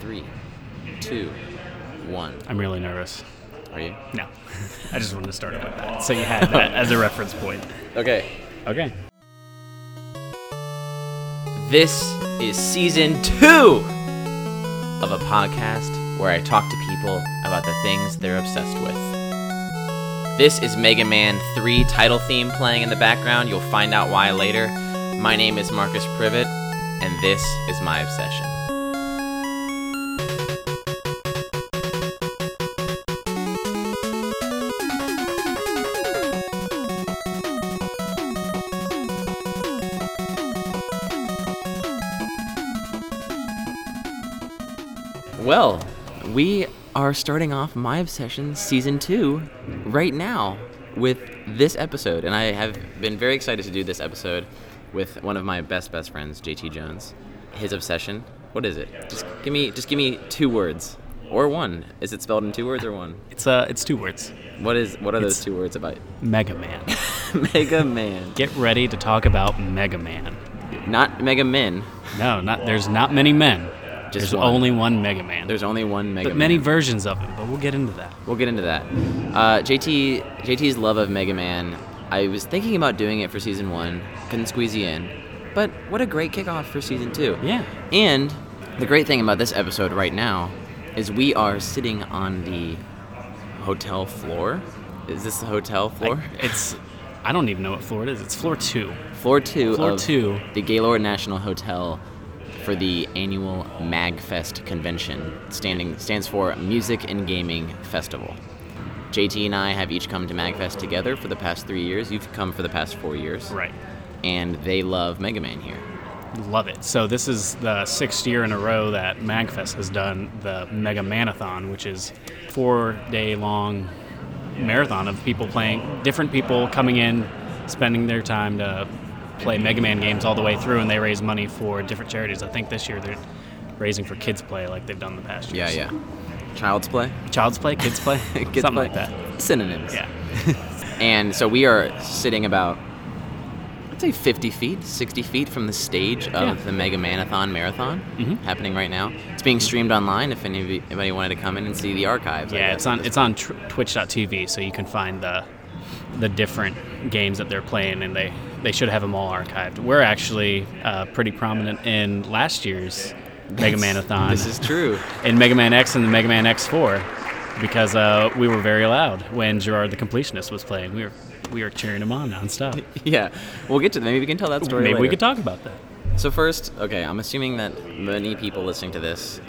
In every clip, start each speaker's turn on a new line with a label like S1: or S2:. S1: three, two, one.
S2: I'm really nervous.
S1: Are you?
S2: No. I just wanted to start it with that. So you had that as a reference point.
S1: Okay.
S2: Okay.
S1: This is season two of a podcast where I talk to people about the things they're obsessed with. This is Mega Man 3 title theme playing in the background. You'll find out why later. My name is Marcus Privet, and this is my obsession. Well, we are starting off My Obsession Season 2 right now with this episode. And I have been very excited to do this episode with one of my best, best friends, JT Jones. His obsession, what is it? Just give me, just give me two words. Or one. Is it spelled in two words or one?
S2: It's uh it's two words.
S1: What is what are those
S2: It's-
S1: two words about?
S2: Mega Man.
S1: Mega Man.
S2: Get ready to talk about Mega Man.
S1: Not Mega Men.
S2: No, not there's not many men.
S1: Just
S2: there's
S1: one.
S2: only one Mega Man.
S1: There's only one Mega
S2: but
S1: Man.
S2: many versions of him, but we'll get into that.
S1: We'll get into that. Uh, JT, JT's love of Mega Man. I was thinking about doing it for season one, couldn't squeeze you in, but what a great kickoff for season two.
S2: Yeah.
S1: And the great thing about this episode right now is we are sitting on the hotel floor. Is this the hotel floor?
S2: It's I don't even know what floor it is. It's floor two.
S1: floor two.
S2: Floor
S1: of
S2: two.
S1: The Gaylord National Hotel for the annual MagFest convention, standing stands for Music and Gaming Festival. JT and I have each come to MagFest together for the past three years. You've come for the past four years,
S2: Right.
S1: And they love Mega Man here.
S2: Love it. So this is the sixth year in a row that Magfest has done the Mega Manathon, which is four day long marathon of people playing different people coming in, spending their time to play Mega Man games all the way through, and they raise money for different charities. I think this year they're raising for kids play like they've done the past
S1: Yeah,
S2: years.
S1: yeah. Child's play,
S2: Child's play, kids play,
S1: Kids
S2: something
S1: play?
S2: like that.
S1: synonyms.
S2: Yeah.
S1: And so we are sitting about, I'd say 50 feet, 60 feet from the stage of
S2: Yeah.
S1: the Mega Manathon Marathon
S2: Mhm.
S1: happening right now. It's being streamed online if any of you, anybody wanted to come in and see the archives. I
S2: Yeah,
S1: guess,
S2: it's
S1: at
S2: on
S1: this
S2: it's on tr- Twitch.tv, so you can find the the different games that they're playing, and they they should have them all archived. We're actually uh, pretty prominent in last year's Mega
S1: That's-
S2: Manathon
S1: This is true.
S2: in Mega Man X and the Mega Man X4 because uh, we were very loud when Gerard the Completionist was playing. We were we were cheering him on nonstop.
S1: Yeah, we'll get to that. Maybe we can tell that story.
S2: Maybe we
S1: later.
S2: could talk about that.
S1: So first, okay, I'm assuming that many people listening to this,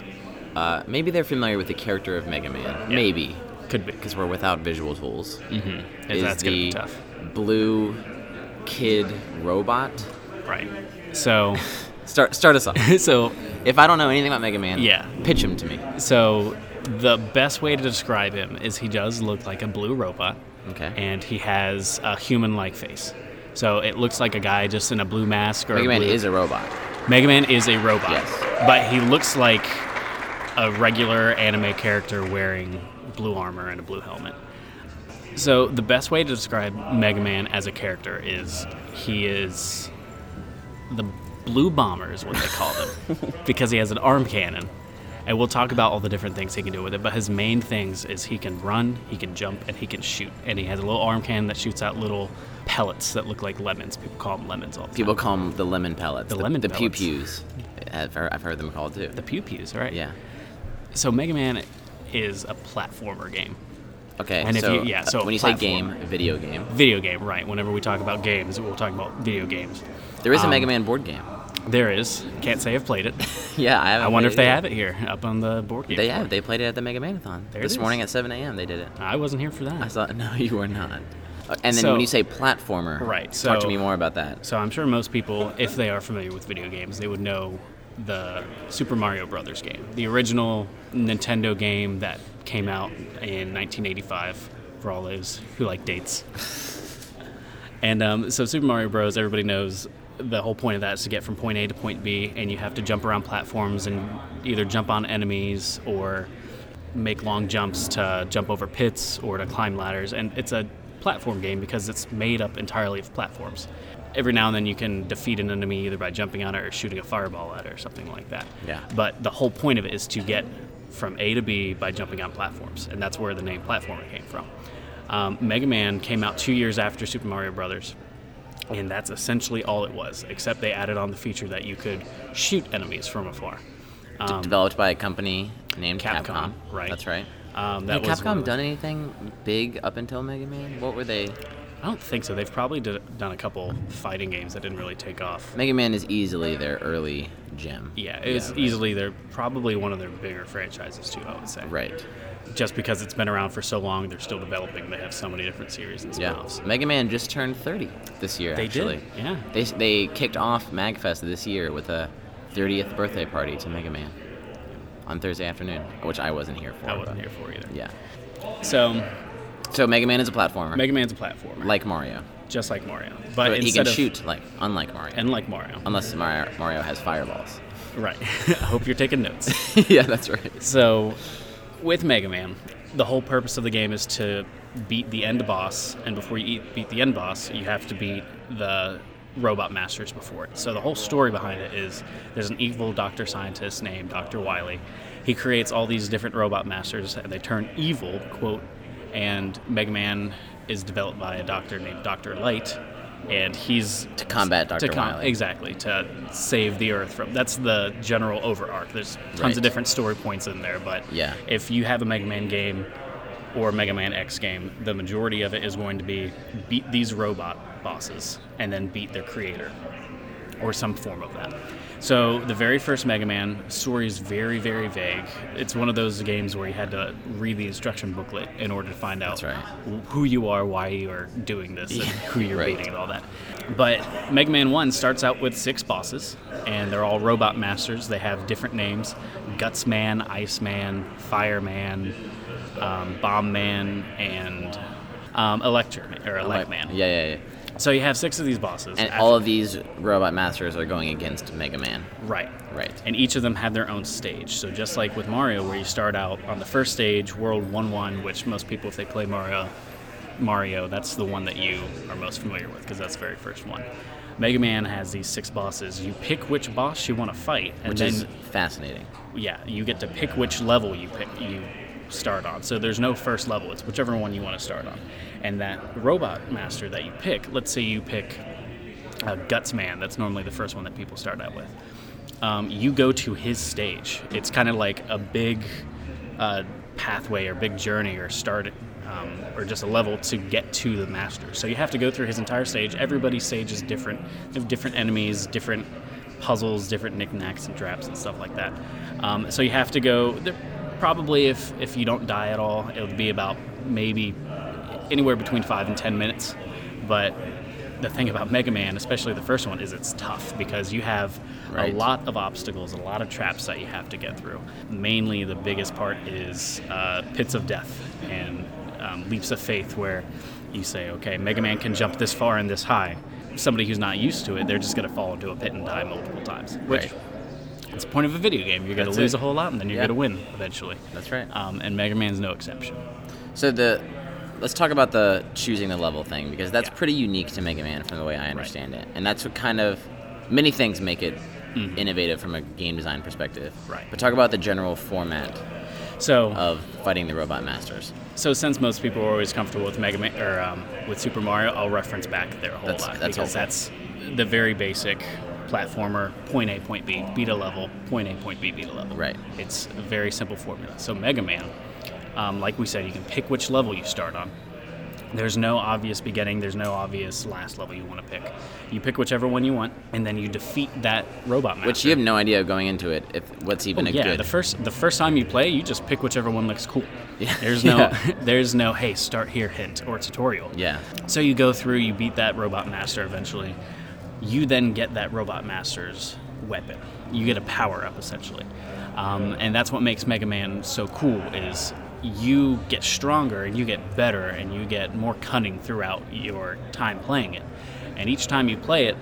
S1: uh, maybe they're familiar with the character of Mega Man. Maybe
S2: Could be
S1: because we're without visual tools.
S2: mm-hmm.
S1: Is
S2: that's
S1: the
S2: gonna be tough.
S1: blue kid robot?
S2: Right. So
S1: Start start us off.
S2: so
S1: If I don't know anything about Mega Man,
S2: Yeah.
S1: pitch him to me.
S2: So the best way to describe him is he does look like a blue robot,
S1: Okay.
S2: and he has a human-like face. So it looks like a guy just in a blue mask or
S1: Mega
S2: a
S1: Man
S2: blue-
S1: is a robot.
S2: Mega Man is a robot,
S1: Yes.
S2: but he looks like a regular anime character wearing blue armor and a blue helmet. So the best way to describe Mega Man as a character is he is the blue bomber is what they call him because he has an arm cannon. And we'll talk about all the different things he can do with it, but his main things is he can run, he can jump, and he can shoot. And he has a little arm cannon that shoots out little pellets that look like lemons. People call them lemons all the time.
S1: People call them the lemon pellets. The,
S2: lemon
S1: the pew
S2: pellets.
S1: pews. I've heard, I've heard them called too.
S2: The pew pews, right?
S1: yeah.
S2: So Mega Man is a platformer game.
S1: Okay.
S2: And if
S1: so, uh,
S2: you- yeah, so
S1: when you say
S2: platformer.
S1: game, video game,
S2: Video game, right. Whenever we talk about games, we'll talk about video games.
S1: there is a
S2: Um,
S1: Mega Man board game.
S2: There is. Can't say I've played it.
S1: Yeah, I haven't.
S2: I wonder
S1: played
S2: if they
S1: it
S2: have it here up on the board game.
S1: They
S2: floor.
S1: have. They played it at the Mega Manathon
S2: There it
S1: this
S2: is.
S1: morning at 7 a.m. They did it.
S2: I wasn't here for
S1: I
S2: that.
S1: saw. No, you are not. Uh, And then
S2: So-
S1: when you say platformer,
S2: Right,
S1: talk to
S2: so-
S1: me more about that.
S2: So I'm sure most people, if they are familiar with video games, they would know the Super Mario Brothers game, the original Nintendo game that came out in 1985 for all those who like dates. And um, so Super Mario Bros. Everybody knows the whole point of that is to get from point A to point B, and you have to jump around platforms and either jump on enemies or make long jumps to jump over pits or to climb ladders. And it's a platform game because it's made up entirely of platforms. every now and then you can defeat an enemy either by jumping on it or shooting a fireball at it or something like that.
S1: Yeah.
S2: But the whole point of it is to get from A to B by jumping on platforms, and that's where the name platformer came from. Um, Mega Man came out two years after Super Mario Brothers, and that's essentially all it was, except they added on the feature that you could shoot enemies from afar. Um,
S1: Developed by a company named
S2: Capcom,
S1: Capcom.
S2: right.
S1: That's right.
S2: um,
S1: Had
S2: that was one
S1: Capcom
S2: of the-
S1: done anything big up until Mega Man? What were they?
S2: I don't think so. They've probably did, done a couple fighting games that didn't really take off.
S1: Mega Man is easily their early gem.
S2: Yeah, it's
S1: right.
S2: easily their probably one of their bigger franchises too. I would say.
S1: Right.
S2: Just because it's been around for so long, they're still developing. They have so many different series and
S1: Yeah.
S2: spin-offs.
S1: Mega Man just turned 30 this year.
S2: They
S1: actually.
S2: did. Yeah.
S1: They they kicked off Magfest this year with a 30th birthday party to Mega Man on Thursday afternoon, which I wasn't here for.
S2: I wasn't
S1: but-
S2: here for either.
S1: Yeah.
S2: So
S1: So Mega Man is a platformer,
S2: Mega Man's a platformer,
S1: like Mario,
S2: just like Mario, but
S1: but he
S2: uh, instead
S1: can
S2: of,
S1: shoot Um, like unlike Mario,
S2: and like Mario.
S1: unless Mario Mario has fireballs.
S2: Right. I hope you're taking notes.
S1: yeah, that's right.
S2: So, with Mega Man, the whole purpose of the game is to beat the end boss, and before you eat, beat the end boss, you have to beat the robot masters before it. So, the whole story behind it is there's an evil doctor scientist named Dr. Wily. He creates all these different robot masters, and they turn evil, quote, and Mega Man is developed by a doctor named Dr. Light. And he's
S1: To combat Dr.
S2: to com-
S1: Wily.
S2: Exactly, to save the Earth from. That's the general over arc. There's tons
S1: Right.
S2: of different story points in there, but
S1: Yeah.
S2: if you have a Mega Man game or a Mega Man X game, the majority of it is going to be beat these robot bosses and then beat their creator or some form of that. So the very first Mega Man story is very, very vague. It's one of those games where you had to read the instruction booklet in order to find out
S1: That's right.
S2: wh- who you are, why you are doing this, and who you're
S1: right.
S2: beating, and all that. But Mega Man One starts out with six bosses, and they're all robot masters. They have different names: Guts Man, Ice Man, Fire Man, um, Bomb Man, and um, Electric Man, or Elect Man.
S1: Yeah, yeah, yeah.
S2: So you have six of these bosses,
S1: And
S2: after-
S1: all of these robot masters are going against Mega Man.
S2: right.
S1: Right.
S2: and each of them have their own stage. So just like with Mario, where you start out on the first stage, World One One, which most people, if they play Mario, Mario, that's the one that you are most familiar with because that's the very first one. Mega Man has these six bosses. You pick which boss you want to fight, and
S1: Which
S2: then
S1: is fascinating.
S2: yeah, you get to pick which level you pick you start on. So there's no first level. It's whichever one you want to start on. And that robot master that you pick, let's say you pick uh, Guts Man. That's normally the first one that people start out with. Um, you go to his stage. It's kind of like a big uh, pathway or big journey or start um, or just a level to get to the master. So you have to go through his entire stage. Everybody's stage is different. They have different enemies, different puzzles, different knickknacks and traps and stuff like that. Um, so you have to go. there- Probably if if you don't die at all, it would be about maybe anywhere between five and ten minutes. But the thing about Mega Man, especially the first one, is it's tough because you have
S1: Right.
S2: a lot of obstacles, a lot of traps that you have to get through. Mainly, the biggest part is uh, pits of death and um, leaps of faith, where you say, "Okay, Mega Man can jump this far and this high." Somebody who's not used to it, they're just going to fall into a pit and die multiple times. Which
S1: Right.
S2: it's the point of a video game. You're going to
S1: That's
S2: lose
S1: it.
S2: a whole lot, and then you're
S1: Yeah.
S2: going to win eventually.
S1: That's right.
S2: Um, and Mega Man's no exception.
S1: So the let's talk about the choosing the level thing because that's
S2: Yeah.
S1: pretty unique to Mega Man from the way I understand it, and that's what kind of many things make it innovative from a game design perspective.
S2: Mm-hmm. Right.
S1: But talk about the general format
S2: So
S1: of fighting the robot masters.
S2: So since most people are always comfortable with Mega Man or um, with Super Mario, I'll reference back there a whole
S1: That's-
S2: lot
S1: that's
S2: because
S1: helpful.
S2: that's the very basic platformer. Point A, point B, beat a level. Point A, point B, beat a level.
S1: Right.
S2: It's a very simple formula. So Mega Man, um, like we said, you can pick which level you start on. There's no obvious beginning. There's no obvious last level you want to pick. You pick whichever one you want, and then you defeat that robot master.
S1: Which you have no idea going into it if what's even
S2: Oh,
S1: a
S2: yeah,
S1: good.
S2: the first the first time you play, you just pick whichever one looks cool.
S1: Yeah.
S2: There's no
S1: Yeah.
S2: there's no hey start here hint or tutorial.
S1: yeah.
S2: So you go through, you beat that robot master eventually. You then get that robot master's weapon. You get a power up essentially, um, and that's what makes Mega Man so cool. Is you get stronger and you get better and you get more cunning throughout your time playing it. And each time you play it,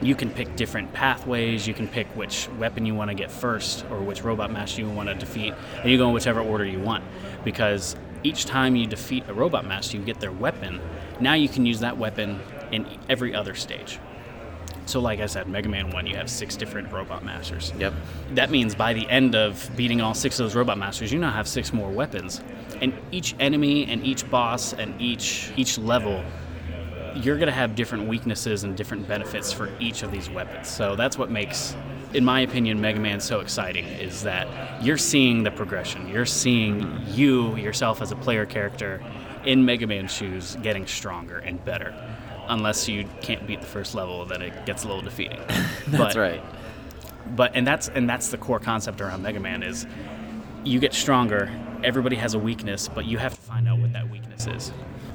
S2: you can pick different pathways. You can pick which weapon you want to get first, or which robot master you want to defeat, and you go in whichever order you want. Because each time you defeat a robot master, you get their weapon. Now you can use that weapon in every other stage. So, like I said, Mega Man 1, you have six different Robot Masters.
S1: Yep.
S2: That means by the end of beating all six of those Robot Masters, you now have six more weapons. And each enemy and each boss and each each level, you're going to have different weaknesses and different benefits for each of these weapons. So, that's what makes in my opinion Mega Man so exciting is that you're seeing the progression. You're seeing you yourself as a player character in Mega Man shoes getting stronger and better unless you can't beat the first level, then it gets a little defeating.
S1: That's
S2: but,
S1: right.
S2: But and that's and that's the core concept around Mega Man is you get stronger. Everybody has a weakness, but you have to find out what that weakness is.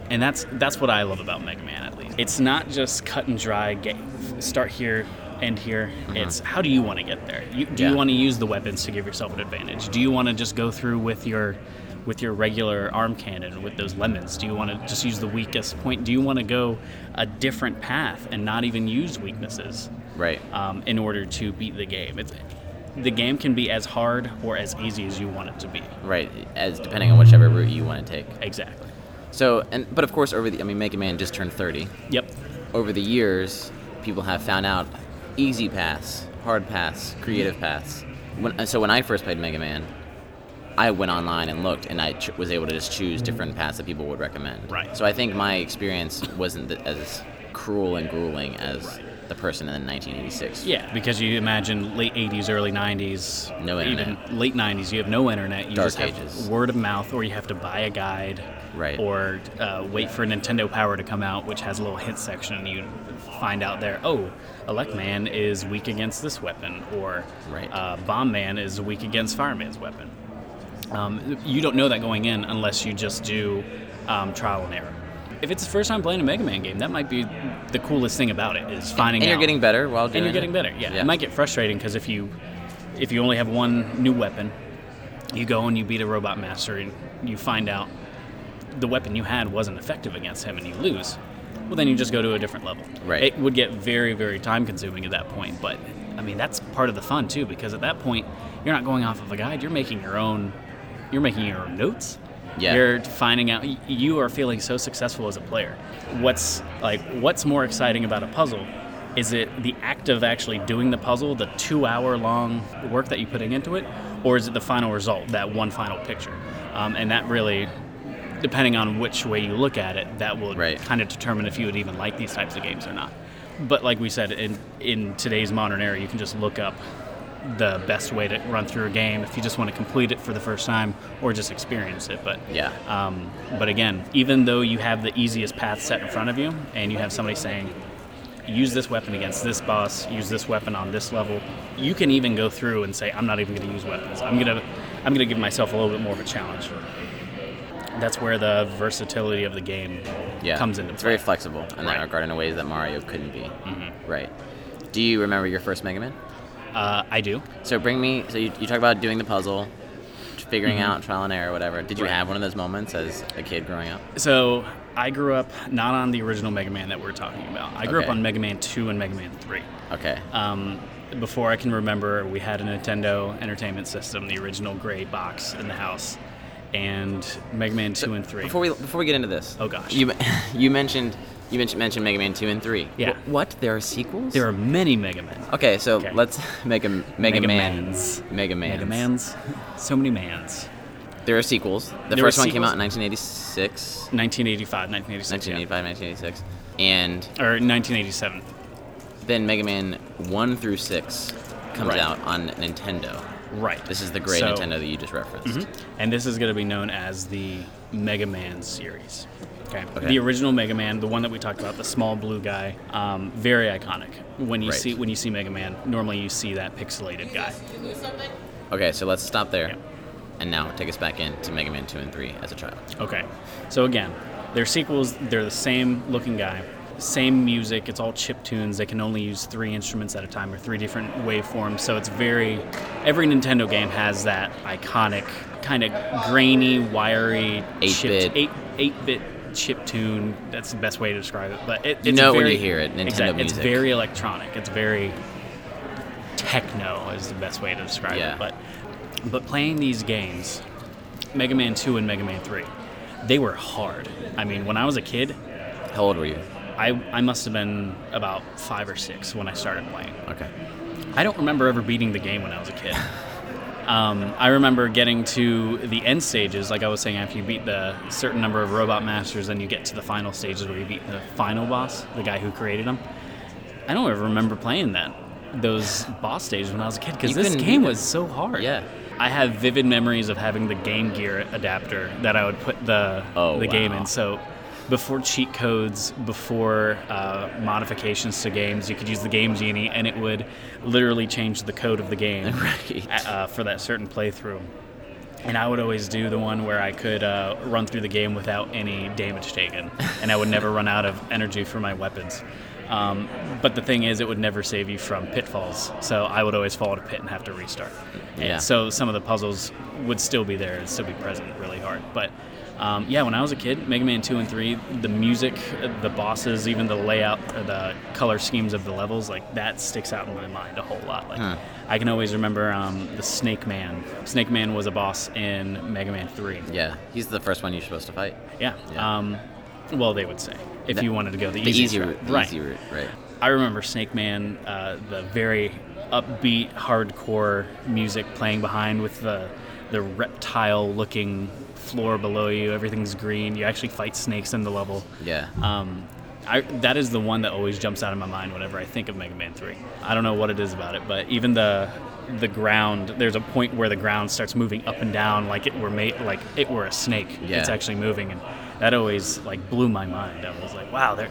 S2: And that's that's what I love about Mega Man at least. It's not just cut and dry. Get start here, end here. It's how do you want to get there? You, do
S1: Yeah.
S2: you want to use the weapons to give yourself an advantage? Do you want to just go through with your with your regular arm cannon with those lemons? Do you want to just use the weakest point? Do you want to go a different path and not even use weaknesses?
S1: Right.
S2: um, in order to beat the game. It's, the game can be as hard or as easy as you want it to be.
S1: Right. As depending on whichever route you want to take.
S2: Exactly.
S1: So, and but of course, over the I mean, Mega Man just turned 30.
S2: Yep.
S1: Over the years, people have found out easy paths, hard paths, creative paths. When, so when I first played Mega Man, I went online and looked, and I ch- was able to just choose different paths that people would recommend.
S2: Right.
S1: So I think my experience wasn't th- as cruel and grueling as the person in 1986.
S2: Yeah, because you imagine late 80s, early 90s,
S1: No internet.
S2: even late 90s, you have no internet. You
S1: Dark
S2: just have
S1: ages.
S2: word of mouth, or you have to buy a guide,
S1: Right.
S2: Or uh, wait for Nintendo Power to come out, which has a little hint section, and you find out there, oh, Elect Man is weak against this weapon, or
S1: Right.
S2: uh, Bomb Man is weak against Fireman's weapon. Um, you don't know that going in unless you just do um, trial and error. If it's the first time playing a Mega Man game, that might be the coolest thing about it is finding
S1: And
S2: out
S1: you're getting better while doing
S2: and
S1: it.
S2: you're getting better. Yeah. it might get frustrating because if you if you only have one new weapon, you go and you beat a robot master and you find out the weapon you had wasn't effective against him and you lose. Well, then you just go to a different level.
S1: Right.
S2: It would get very very time consuming at that point, but I mean that's part of the fun too because at that point you're not going off of a guide. You're making your own. You're making your own notes.
S1: Yeah.
S2: You're finding out y- you are feeling so successful as a player. What's like what's more exciting about a puzzle? Is it the act of actually doing the puzzle, the two hour long work that you're putting into it, or is it the final result, that one final picture? Um, and that really, depending on which way you look at it, that will
S1: Right.
S2: kind of determine if you would even like these types of games or not. But like we said, in, in today's modern era, you can just look up the best way to run through a game if you just want to complete it for the first time or just experience it. But
S1: Yeah.
S2: um, but again, even though you have the easiest path set in front of you, and you have somebody saying, use this weapon against this boss, use this weapon on this level, you can even go through and say, I'm not even going to use weapons. I'm gonna I'm gonna give myself a little bit more of a challenge. That's where the versatility of the game
S1: yeah.
S2: comes into
S1: It's
S2: play.
S1: very flexible in that
S2: Right. Mm-hmm.
S1: regard in a ways that Mario couldn't be. Right. Do you remember your first Mega Man?
S2: uh, I do.
S1: So bring me. So you, you talk about doing the puzzle, figuring out trial and error, whatever. Did you
S2: Mm-hmm. Right.
S1: have one of those moments as a kid growing up?
S2: So I grew up not on the original Mega Man that we're talking about. I grew
S1: Okay.
S2: up on Mega Man 2 and Mega Man 3.
S1: Okay.
S2: Um, before I can remember, we had a Nintendo Entertainment System, the original gray box in the house, and Mega Man 2 and 3.
S1: Before we before we get into this.
S2: Oh, gosh.
S1: You you mentioned you mentioned, mentioned Mega Man two and three.
S2: Yeah.
S1: Wh- what? There are sequels.
S2: there are many Mega Men.
S1: Okay, so
S2: Okay.
S1: let's make a Mega,
S2: Mega
S1: Man.
S2: Mans.
S1: Mega Man.
S2: Mega Mans. So many Mans.
S1: There are sequels. The
S2: There are
S1: first one came
S2: sequels.
S1: out in 1986,
S2: 1985, 1986. yeah.
S1: 1985, 1986, and
S2: Or 1987.
S1: then Mega Man one through six comes
S2: Right.
S1: out on Nintendo.
S2: Right.
S1: This is the gray
S2: So- Mm-hmm.
S1: Nintendo that you just referenced.
S2: And this is going to be known as the Mega Man series. Okay.
S1: Okay.
S2: The original Mega Man, the one that we talked about, the small blue guy, um, very iconic. When you
S1: Right.
S2: see when you see Mega Man, normally you see that pixelated guy.
S1: Okay, so let's stop there.
S2: Yeah.
S1: And now take us back in to Mega Man 2 and 3 as a child.
S2: Okay. So again, their sequels, they're the same looking guy, same music, it's all chip tunes. They can only use three instruments at a time or three different waveforms. So it's very every Nintendo game has that iconic kind of grainy, wiry
S1: 8-bit.
S2: chip 8 8-bit chip tune. That's the best way to describe it. But it, it's
S1: You know it
S2: very,
S1: when you hear it, Nintendo
S2: exact- It's
S1: music.
S2: very electronic. It's very techno is the best way to describe
S1: Yeah.
S2: it. But but playing these games, Mega Man 2 and Mega Man 3, they were hard. I mean, when I was a kid,
S1: How old were you?
S2: I, I must have been about five or six when I started playing.
S1: Okay.
S2: I don't remember ever beating the game when I was a kid. Um, I remember getting to the end stages, like I was saying, after you beat the certain number of robot masters, then you get to the final stages where you beat the final boss, the guy who created them. I don't ever remember playing that those boss stages when I was a kid because
S1: You
S2: this
S1: couldn't
S2: game
S1: either.
S2: was so hard.
S1: Yeah.
S2: I have vivid memories of having the Game Gear adapter that I would put the
S1: Oh,
S2: the game
S1: wow.
S2: in. So before cheat codes, before uh, modifications to games, you could use the Game Genie, and it would literally change the code of the game
S1: Right.
S2: a- uh, for that certain playthrough. And I would always do the one where I could uh, run through the game without any damage taken, and I would never run out of energy for my weapons. Um, but the thing is, it would never save you from pitfalls, so I would always fall in a pit and have to restart. And
S1: Yeah.
S2: so some of the puzzles would still be there and still be present really hard. But um, yeah, when I was a kid, Mega Man 2 and 3, the music, uh, the bosses, even the layout, or the color schemes of the levels, like that sticks out in my mind a whole lot. Like
S1: Huh.
S2: I can always remember um, the Snake Man. Snake Man was a boss in Mega Man 3.
S1: Yeah. He's the first one you're supposed to fight.
S2: Yeah.
S1: Yeah.
S2: Um, well, they would say if
S1: The-
S2: you wanted to go the,
S1: The
S2: easy
S1: easy
S2: route.
S1: route. The
S2: right.
S1: easy route. Right.
S2: I remember Snake Man, uh, the very upbeat, hardcore music playing behind with the the reptile-looking floor below you. Everything's green. You actually fight snakes in the level.
S1: Yeah.
S2: Um, I, that is the one that always jumps out of my mind whenever I think of Mega Man 3. I don't know what it is about it, but even the the ground, there's a point where the ground starts moving up and down like it were made like it were a snake.
S1: Yeah.
S2: It's actually moving, and that always like blew my mind. I was like, wow, there.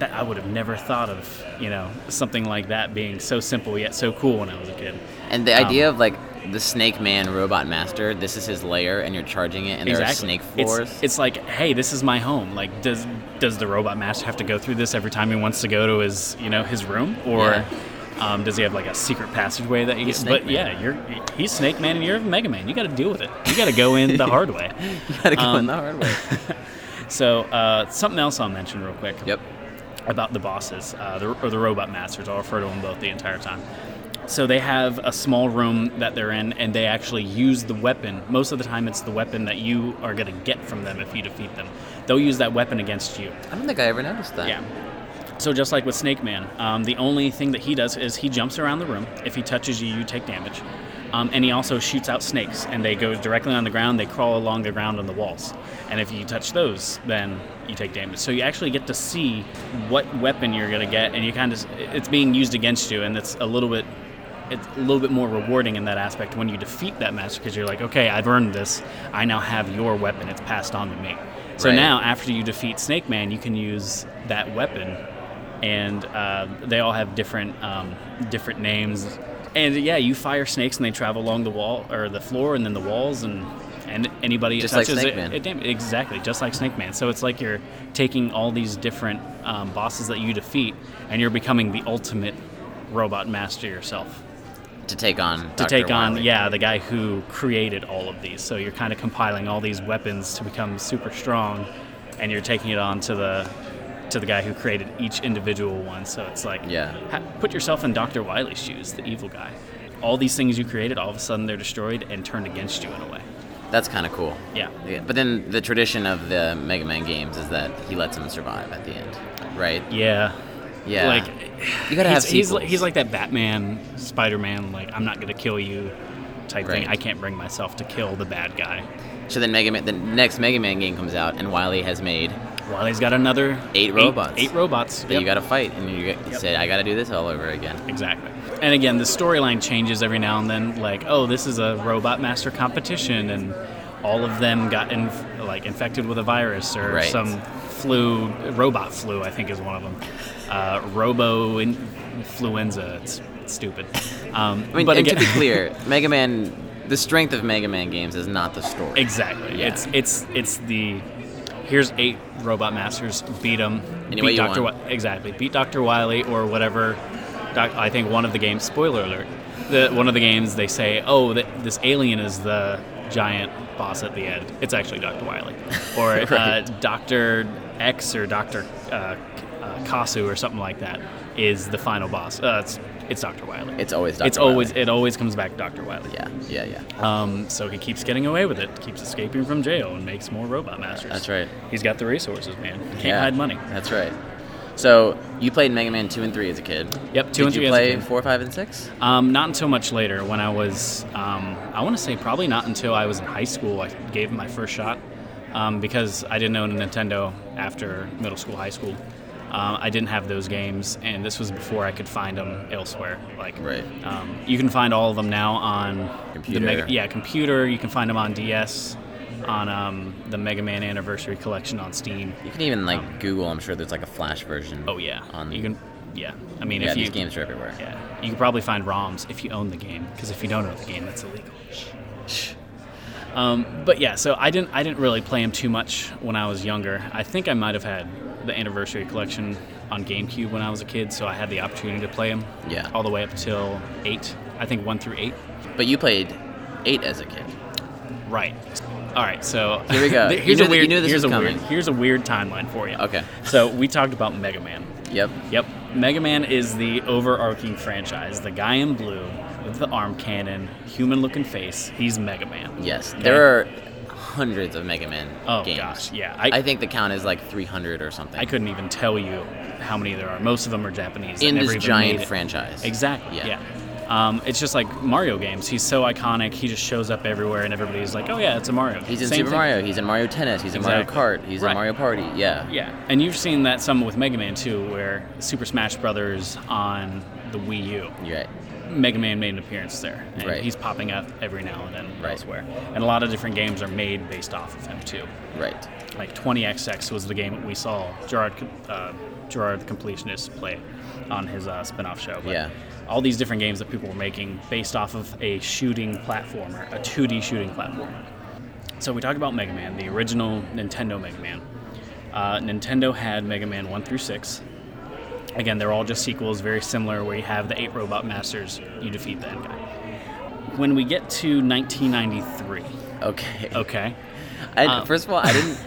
S2: That I would have never thought of, you know, something like that being so simple yet so cool when I was a kid.
S1: And the idea
S2: um,
S1: of like the Snake Man Robot Master, this is his lair, and you're charging it, and there are snake
S2: It's-
S1: floors.
S2: It's, like, hey, this is my home. Like, does does the robot master have to go through this every time he wants to go to his you know his room, or
S1: Yeah.
S2: um, does he have like a secret passageway that he gets?
S1: Snake
S2: But
S1: Man.
S2: yeah, you're he's Snake Man and you're Mega Man. You got to deal with it. You got to go in the hard way.
S1: gotta go in
S2: um,
S1: the hard way.
S2: So uh, something else I'll mention real quick
S1: yep.
S2: about the bosses, uh, the, or the robot masters. I'll refer to them both the entire time. So they have a small room that they're in, and they actually use the weapon. Most of the time, it's the weapon that you are going to get from them if you defeat them. They'll use that weapon against you.
S1: I don't think I ever noticed that.
S2: Yeah. So just like with Snake Man, um, the only thing that he does is he jumps around the room. If he touches you, you take damage. Um, and he also shoots out snakes, and they go directly on the ground. They crawl along the ground on the walls, and if you touch those, then you take damage. So you actually get to see what weapon you're gonna get, and you kind of it's being used against you, and it's a little bit it's a little bit more rewarding in that aspect when you defeat that master because you're like, okay, I've earned this. I now have your weapon. It's passed on to me. So
S1: Right.
S2: now, after you defeat Snake Man, you can use that weapon, and uh, they all have different um, different names. And yeah, you fire snakes, and they travel along the wall or the floor, and then the walls, and and anybody it
S1: Just like
S2: touches
S1: Snake
S2: it,
S1: Man.
S2: it dam- exactly just like Snake Man. So it's like you're taking all these different um, bosses that you defeat, and you're becoming the ultimate robot master yourself
S1: To take on.
S2: to take on yeah the guy who created all of these so you're kind of compiling all these weapons to become super strong and you're taking it on to the to the guy who created each individual one so it's like
S1: Yeah.
S2: ha- put yourself in dr wiley's shoes the evil guy all these things you created all of a sudden they're destroyed and turned against you in a way
S1: That's kind of cool.
S2: yeah
S1: Yeah, But then the tradition of the Mega Man games is that he lets him survive at the end, right?
S2: yeah
S1: Yeah.
S2: like
S1: you gotta have
S2: he's, he's,
S1: sequels.
S2: like, he's like that batman spider-man like i'm not gonna kill you type thing
S1: Right.
S2: i can't bring myself to kill the bad guy
S1: so then Mega Man, the next Mega Man game comes out, and Wily has made
S2: Wally's got another
S1: Eight robots.
S2: Eight robots.
S1: that you
S2: Yep.
S1: gotta fight, and you get- you
S2: Yep.
S1: say, "I gotta do this all over again."
S2: Exactly. And again, the storyline changes every now and then. Like, oh, this is a robot master competition, and all of them got inf- like infected with a virus or
S1: Right.
S2: some flu, robot flu, I think is one of them. Uh, Robo in- influenza. It's stupid. Um,
S1: I mean,
S2: but
S1: and to
S2: again,
S1: be clear, Mega Man, the strength of Mega Man games is not the story.
S2: exactly.
S1: Yeah.
S2: It's it's it's the here's eight robot masters. Beat them.
S1: Any way
S2: beat
S1: you
S2: Doctor
S1: want.
S2: exactly. Beat Doctor Wiley or whatever. Doc, I think one of the games. Spoiler alert. The, one of the games they say, oh, th- this alien is the giant boss at the end. It's actually Doctor Wiley or uh, Doctor X or Doctor uh, uh, Kasu or something like that is the final boss. Uh, it's it's Doctor Wiley.
S1: It's always Dr.
S2: It's always
S1: Wily.
S2: it always comes back Doctor Wiley.
S1: Yeah, yeah, yeah.
S2: Um, so he keeps getting away with it, keeps escaping from jail, and makes more robot masters.
S1: That's right.
S2: He's got the resources, man. Can't
S1: Yeah,
S2: hide money.
S1: That's right. So you played Mega Man two and three as a kid.
S2: Yep, two
S1: Did
S2: and three
S1: You
S2: as a
S1: play
S2: kid.
S1: four, five, and six.
S2: Um, not until much later when I was, um, I want to say probably not until I was in high school, I gave it my first shot um, because I didn't own a Nintendo after middle school, high school. Um, I didn't have those games, and this was before I could find them elsewhere. Like,
S1: Right.
S2: um, you can find all of them now on
S1: Computer.
S2: The Mega, yeah, computer. You can find them on DS, on um, the Mega Man Anniversary Collection on Steam.
S1: You can even like Google. I'm sure there's like a Flash version.
S2: Um, Oh yeah,
S1: On
S2: you can. Yeah, I mean,
S1: yeah,
S2: if you
S1: these games are everywhere.
S2: yeah, you could probably find ROMs if you own the game, because if you don't own the game, that's illegal. Um, but yeah, so I didn't I didn't really play them too much when I was younger. I think I might have had the anniversary collection on GameCube when I was a kid, so I had the opportunity to play them.
S1: Yeah.
S2: All the way up till eight, I think one through eight.
S1: But you played eight as a kid.
S2: Right. All right. So
S1: Here we go. You
S2: here's
S1: knew th- you
S2: a weird.
S1: knew this
S2: here's
S1: was
S2: a weird.
S1: coming.
S2: Here's a weird timeline for you.
S1: Okay.
S2: So we talked about Mega Man.
S1: Yep.
S2: Yep. Mega Man is the overarching franchise. The guy in blue with the arm cannon, human looking face, he's Mega Man.
S1: Yes.
S2: Okay?
S1: There are hundreds of Mega Man
S2: Oh,
S1: games.
S2: gosh, yeah. I-
S1: I, think the count is like 300 or something.
S2: I couldn't even tell you how many there are. Most of them are Japanese. that
S1: in
S2: never
S1: this
S2: even made
S1: giant
S2: it.
S1: franchise.
S2: Exactly.
S1: Yeah.
S2: Yeah. Um, it's just like Mario games. He's so iconic. He just shows up everywhere, and everybody's like, "Oh yeah, it's a Mario." game."
S1: He's in
S2: Same
S1: Super
S2: thing.
S1: Mario. He's in Mario Tennis. He's in
S2: Exactly.
S1: Mario Kart. He's
S2: Right.
S1: in Mario Party. Yeah.
S2: Yeah, and you've seen that some with Mega Man too, where Super Smash Brothers on the Wii U.
S1: You're right.
S2: Mega Man made an appearance there. And
S1: Right.
S2: He's popping up every now and then
S1: Right.
S2: elsewhere. And a lot of different games are made based off of him too.
S1: Right.
S2: Like 20XX was the game that we saw Gerard, uh, Gerard the Completionist play on his uh, spin off show. But
S1: Yeah.
S2: All these different games that people were making based off of a shooting platformer, a 2D shooting platformer. So we talked about Mega Man, the original Nintendo Mega Man. Uh, Nintendo had Mega Man 1 through 6. Again, they're all just sequels, very similar, where you have the eight robot masters, you defeat that guy. When we get to 1993,
S1: Okay.
S2: okay,
S1: I,
S2: Oh, um,
S1: first of all, I didn't.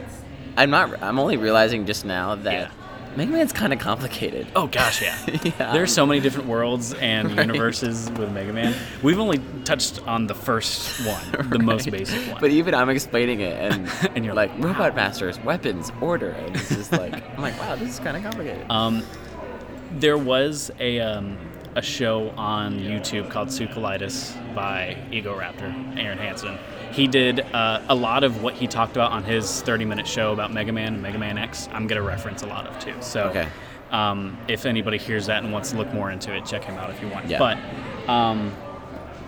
S1: I'm not. I'm only realizing just now that
S2: Yeah.
S1: Mega Man's kind of complicated.
S2: Oh gosh, yeah.
S1: Yeah.
S2: There's so many different worlds and universes with Mega Man. We've only touched on the first one, the most
S1: Right.
S2: basic one.
S1: But even I'm explaining it, and,
S2: And you're
S1: like,
S2: like,
S1: robot masters, weapons, order, and it's just like I'm like, wow, this is kind of complicated.
S2: um, there was a um, a show on YouTube called Sucolitis by Ego Raptor, Aaron Hansen. He did uh, a lot of what he talked about on his 30 minute show about Mega Man and Mega Man X. I'm gonna reference a lot of too. So,
S1: Okay.
S2: um, if anybody hears that and wants to look more into it, check him out if you want.
S1: Yeah.
S2: But um,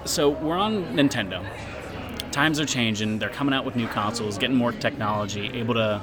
S2: so we're on Nintendo. Times are changing. They're coming out with new consoles, getting more technology, able to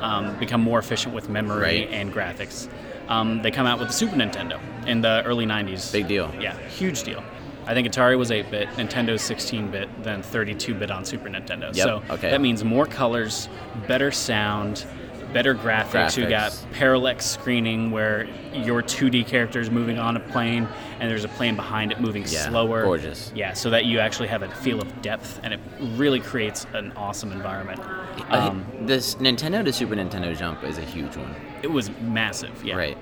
S2: um, become more efficient with memory
S1: Right.
S2: and graphics. Um, they come out with the Super Nintendo in the early 90s.
S1: Big deal.
S2: Yeah, huge deal. I think Atari was 8 bit, Nintendo's 16 bit, then 32 bit on Super Nintendo.
S1: Yep,
S2: So
S1: okay.
S2: that means more colors, better sound, better graphics. You got
S1: Graphics.
S2: parallax screening where your 2D character is moving on a plane and there's a plane behind it moving
S1: Yeah,
S2: slower.
S1: gorgeous.
S2: Yeah, so that you actually have a feel of depth and it really creates an awesome environment.
S1: I-
S2: Um,
S1: this Nintendo to Super Nintendo jump is a huge one.
S2: it was massive. Yeah.
S1: Right.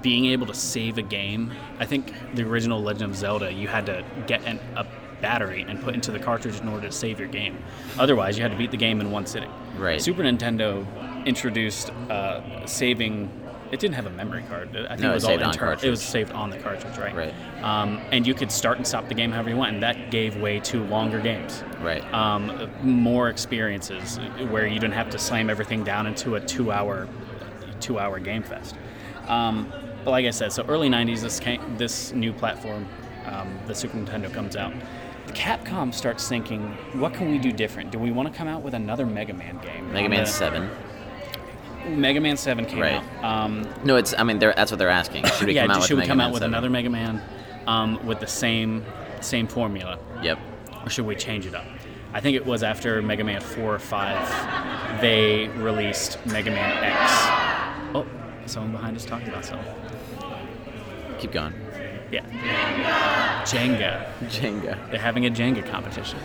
S2: Being able to save a game. I think the original Legend of Zelda, you had to get an, a battery and put into the cartridge in order to save your game. Otherwise, you had to beat the game in one sitting.
S1: Right.
S2: Super Nintendo introduced uh, saving. It didn't have a memory card. I think
S1: No,
S2: it
S1: it
S2: was
S1: saved
S2: all
S1: on
S2: internal. It
S1: cartridge.
S2: was saved on the cartridge, right?
S1: Right.
S2: Um, and you could start and stop the game however you want, and that gave way to longer games
S1: Right.
S2: um, more experiences where you didn't have to slam everything down into a two-hour, two-hour game fest. Um, but like I said, so early '90s, this came, this new platform, um, the Super Nintendo comes out. Capcom starts thinking, what can we do different? Do we want to come out with another Mega Man game?
S1: Mega
S2: On
S1: Man
S2: the-
S1: Seven.
S2: Mega Man Seven came
S1: Right.
S2: out. Um,
S1: No, it's. I mean, they're, that's what they're asking. Should we
S2: yeah,
S1: come out with
S2: should we
S1: Mega
S2: come
S1: Man
S2: out with
S1: 7?
S2: another Mega Man um, with the same same formula?
S1: Yep.
S2: or should we change it up? I think it was after Mega Man 4 or 5, they released Mega Man X. Oh, someone behind us talking about something.
S1: Keep going.
S2: Yeah. Jenga.
S1: Jenga.
S2: They're having a Jenga competition.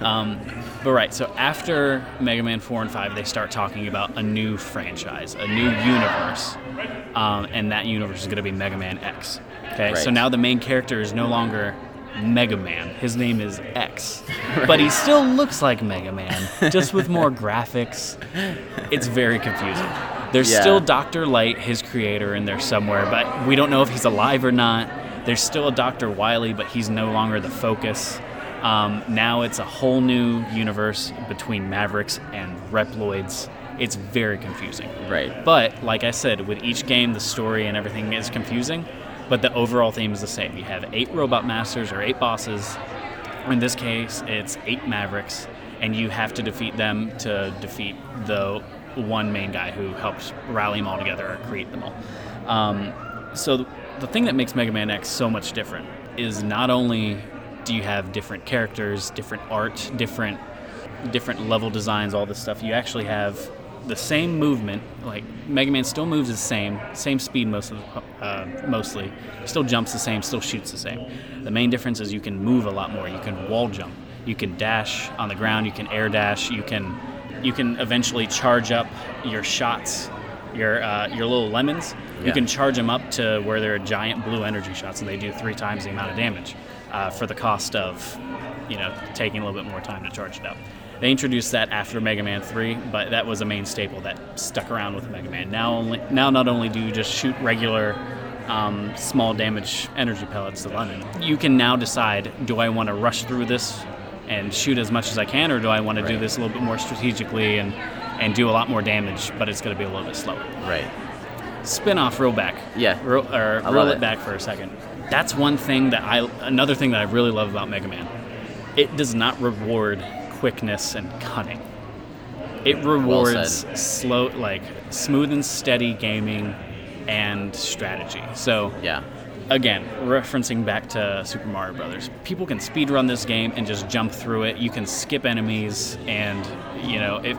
S2: um, but right, so after Mega Man 4 and 5, they start talking about a new franchise, a new universe. Um, and that universe is going to be Mega Man X. Okay, so
S1: Right.
S2: now the main character is no longer Mega Man. His name is X. But he still looks like Mega Man, just with more graphics. It's very confusing. There's
S1: Yeah.
S2: still Dr. Light, his creator, in there somewhere, but we don't know if he's alive or not. There's still a Dr. Wiley, but he's no longer the focus. Um, now it's a whole new universe between Mavericks and Reploids. It's very confusing.
S1: Right.
S2: But, like I said, with each game, the story and everything is confusing, but the overall theme is the same. You have eight robot masters or eight bosses. In this case, it's eight Mavericks, and you have to defeat them to defeat the one main guy who helps rally them all together or create them all. Um, so, th- the thing that makes Mega Man X so much different is not only do you have different characters, different art, different different level designs, all this stuff. You actually have the same movement. Like Mega Man still moves the same, same speed most of the, uh, mostly. Still jumps the same, still shoots the same. The main difference is you can move a lot more. You can wall jump. You can dash on the ground. You can air dash. You can you can eventually charge up your shots, your uh, your little lemons. You
S1: Yeah.
S2: can charge them up to where they're giant blue energy shots, and they do three times the amount of damage uh, for the cost of, you know, taking a little bit more time to charge it up. They introduced that after Mega Man 3, but that was a main staple that stuck around with Mega Man. Now, only, now not only do you just shoot regular, um, small damage energy pellets to London, you can now decide: Do I want to rush through this and shoot as much as I can, or do I want to do
S1: Right.
S2: this a little bit more strategically and and do a lot more damage, but it's going to be a little bit slower?
S1: Right.
S2: spin off real back.
S1: Yeah.
S2: Ro- or
S1: I
S2: roll
S1: love
S2: it.
S1: it.
S2: back for a second. That's one thing that I another thing that I really love about Mega Man. It does not reward quickness and cunning. It rewards slow like smooth and steady gaming and strategy. So
S1: Yeah.
S2: again, referencing back to Super Mario Brothers, people can speedrun this game and just jump through it. You can skip enemies, and you know, it,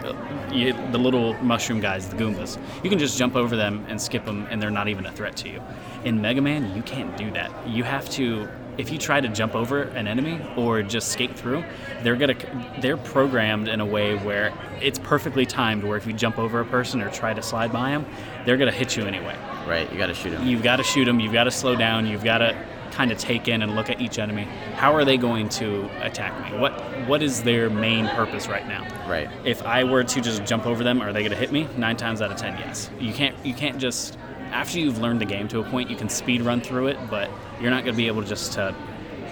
S2: you, the little mushroom guys, the Goombas, you can just jump over them and skip them, and they're not even a threat to you. In Mega Man, you can't do that. You have to. If you try to jump over an enemy or just skate through, they're gonna they're programmed in a way where it's perfectly timed. Where if you jump over a person or try to slide by them, they're gonna hit you anyway
S1: Right. You got to shoot him.
S2: you've got to shoot them, you've got to slow down, you've got to kind of take in and look at each enemy. How are they going to attack me? What what is their main purpose right now?
S1: Right.
S2: If I were to just jump over them, are they going to hit me? 9 times out of 10, yes. You can't you can't just after you've learned the game to a point, you can speed run through it, but you're not going to be able just to,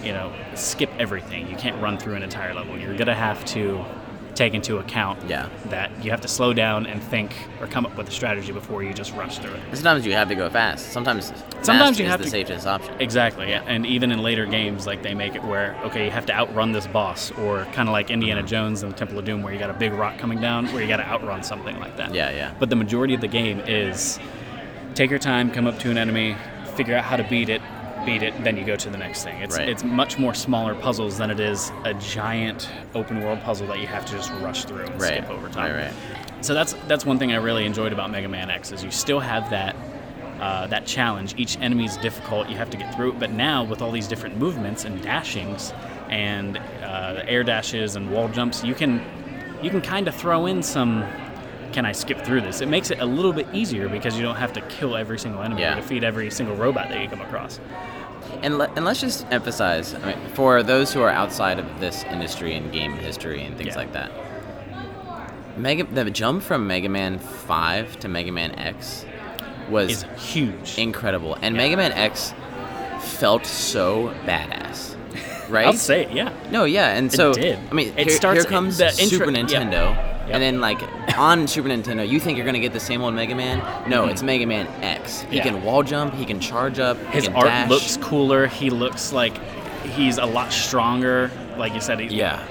S2: you know, skip everything. You can't run through an entire level. You're going to have to take into account
S1: Yeah.
S2: that you have to slow down and think or come up with a strategy before you just rush through it.
S1: Sometimes you have to go fast. Sometimes.
S2: Sometimes
S1: fast
S2: you
S1: is
S2: have
S1: the
S2: to-
S1: safest option.
S2: Exactly, yeah. and even in later games, like they make it where okay, you have to outrun this boss, or kind of like Indiana
S1: Mm-hmm.
S2: Jones and the Temple of Doom, where you got a big rock coming down, where you got to outrun something like that.
S1: Yeah, yeah.
S2: But the majority of the game is take your time, come up to an enemy, figure out how to beat it, beat it, then you go to the next thing. It's
S1: Right.
S2: it's much more smaller puzzles than it is a giant open world puzzle that you have to just rush through and
S1: Right.
S2: skip over time.
S1: Right. Right.
S2: So that's that's one thing I really enjoyed about Mega Man X is you still have that uh, that challenge. Each enemy is difficult; you have to get through it. But now with all these different movements and dashings and uh, air dashes and wall jumps, you can you can kind of throw in some. Can I skip through this? It makes it a little bit easier because you don't have to kill every single enemy,
S1: Yeah.
S2: or defeat every single robot that you come across.
S1: And, le- and let's just emphasize I mean, for those who are outside of this industry and game history and things
S2: Yeah.
S1: like that. Mega the jump from Mega Man 5 to Mega Man X was
S2: It's huge.
S1: incredible, and Mega Man X felt so badass, right?
S2: I'll say it. Yeah.
S1: No, yeah, and so
S2: did.
S1: I mean,
S2: It
S1: here,
S2: starts-
S1: here comes
S2: the
S1: Super
S2: intro- yeah.
S1: Nintendo,
S2: Yep.
S1: and then like on Super Nintendo, you think you're gonna get the same old Mega Man? No, it's Mega Man X. He
S2: Mm-hmm. Yeah.
S1: can wall jump, he can charge up, he
S2: His
S1: can
S2: art
S1: dash.
S2: looks cooler. He looks like he's a lot stronger. Like you said, he,
S1: yeah,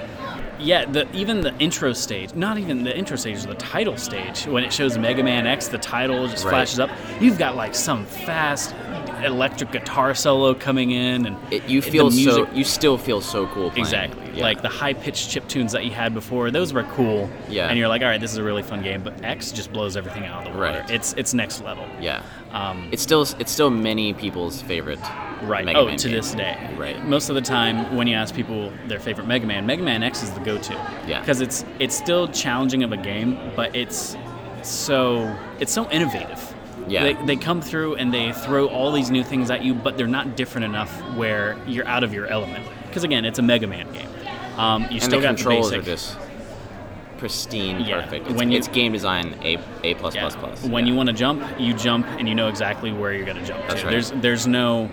S2: Yeah, the, even the intro stage, not even the intro stage, the title stage, when it shows Mega Man X, the title just
S1: Right.
S2: flashes up. You've got like some fast electric guitar solo coming in, and
S1: it, you
S2: the
S1: feel so
S2: music-
S1: you still feel so cool. Playing.
S2: Exactly.
S1: Yeah.
S2: Like the high pitched chip tunes that you had before, those were cool.
S1: Yeah.
S2: And you're like, all right, this is a really fun game, but X just blows everything out of the water.
S1: Right.
S2: It's it's next level.
S1: yeah,
S2: Um,
S1: it's still it's still many people's favorite.
S2: Right.
S1: Mega
S2: oh,
S1: Man
S2: to
S1: game.
S2: this day.
S1: Right.
S2: Most of the time, when you ask people their favorite Mega Man, Mega Man X is the go-to.
S1: Yeah.
S2: Because it's it's still challenging of a game, but it's so it's so innovative.
S1: Yeah.
S2: They, they come through and they throw all these new things at you, but they're not different enough where you're out of your element. Because again, it's a Mega Man game. Um, you
S1: And
S2: still
S1: the
S2: got the
S1: controls
S2: basic.
S1: are just pristine,
S2: Yeah,
S1: perfect. It's,
S2: when you-
S1: it's game design A A plus plus plus.
S2: When
S1: Yeah.
S2: you want to jump, you jump, and you know exactly where you're going to jump.
S1: That's
S2: to.
S1: right.
S2: There's there's no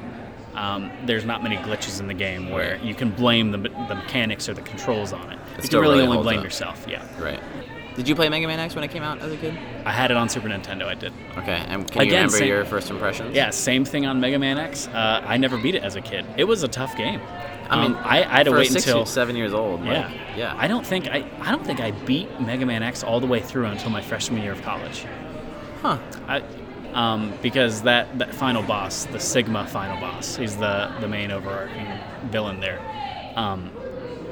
S2: um, there's not many glitches in the game where
S1: Right.
S2: you can blame the, me- the mechanics or the controls on it. you
S1: still
S2: can really,
S1: really
S2: only
S1: holds
S2: blame
S1: up.
S2: yourself. Yeah,
S1: right. Did you play Mega Man X when it came out as a kid?
S2: I had it on Super Nintendo. I did.
S1: Okay, and can you
S2: Again,
S1: remember
S2: same-
S1: your first impressions?
S2: Yeah, same thing on Mega Man X. Uh, I never beat it as a kid. It was a tough game.
S1: I mean,
S2: Um, I, I had to
S1: for
S2: wait
S1: six,
S2: until
S1: seven years old. like,
S2: yeah,
S1: yeah.
S2: I don't think I I don't think I beat Mega Man X all the way through until my freshman year of college.
S1: huh.
S2: I, um, because that, that final boss, the Sigma final boss, he's the, the main overarching villain there. Um,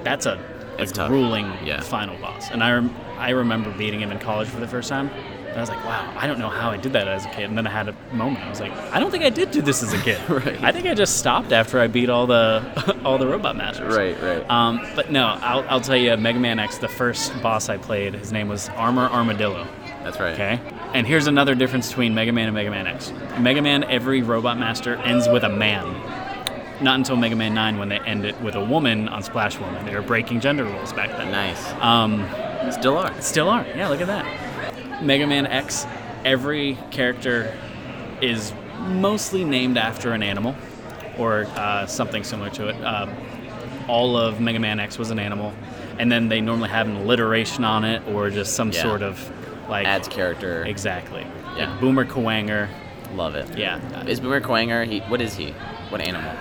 S2: that's a, a
S1: It's tough.
S2: grueling
S1: Yeah.
S2: final boss. And I, rem- I remember beating him in college for the first time. And I was like, wow, I don't know how I did that as a kid. And then I had a moment. I was like, I don't think I did do this as a kid.
S1: Right.
S2: I think I just stopped after I beat all the all the robot masters.
S1: Right, right.
S2: Um, but no, I'll, I'll tell you, Mega Man X, the first boss I played, his name was Armor Armadillo.
S1: That's right.
S2: Okay. And here's another difference between Mega Man and Mega Man X. In Mega Man, every Robot Master ends with a man. Not until Mega Man 9 when they end it with a woman on Splash Woman. They were breaking gender rules back then.
S1: Nice.
S2: Um,
S1: Still are.
S2: still are. Yeah, look at that. Mega Man X, every character is mostly named after an animal or uh, something similar to it. Uh, all of Mega Man X was an animal. And then they normally have an alliteration on it or just some
S1: Yeah.
S2: sort of like
S1: Adds character.
S2: Exactly.
S1: Yeah.
S2: Like Boomer Kawanger.
S1: Love it.
S2: Yeah.
S1: Is Boomer Quanger? He what is he? What animal?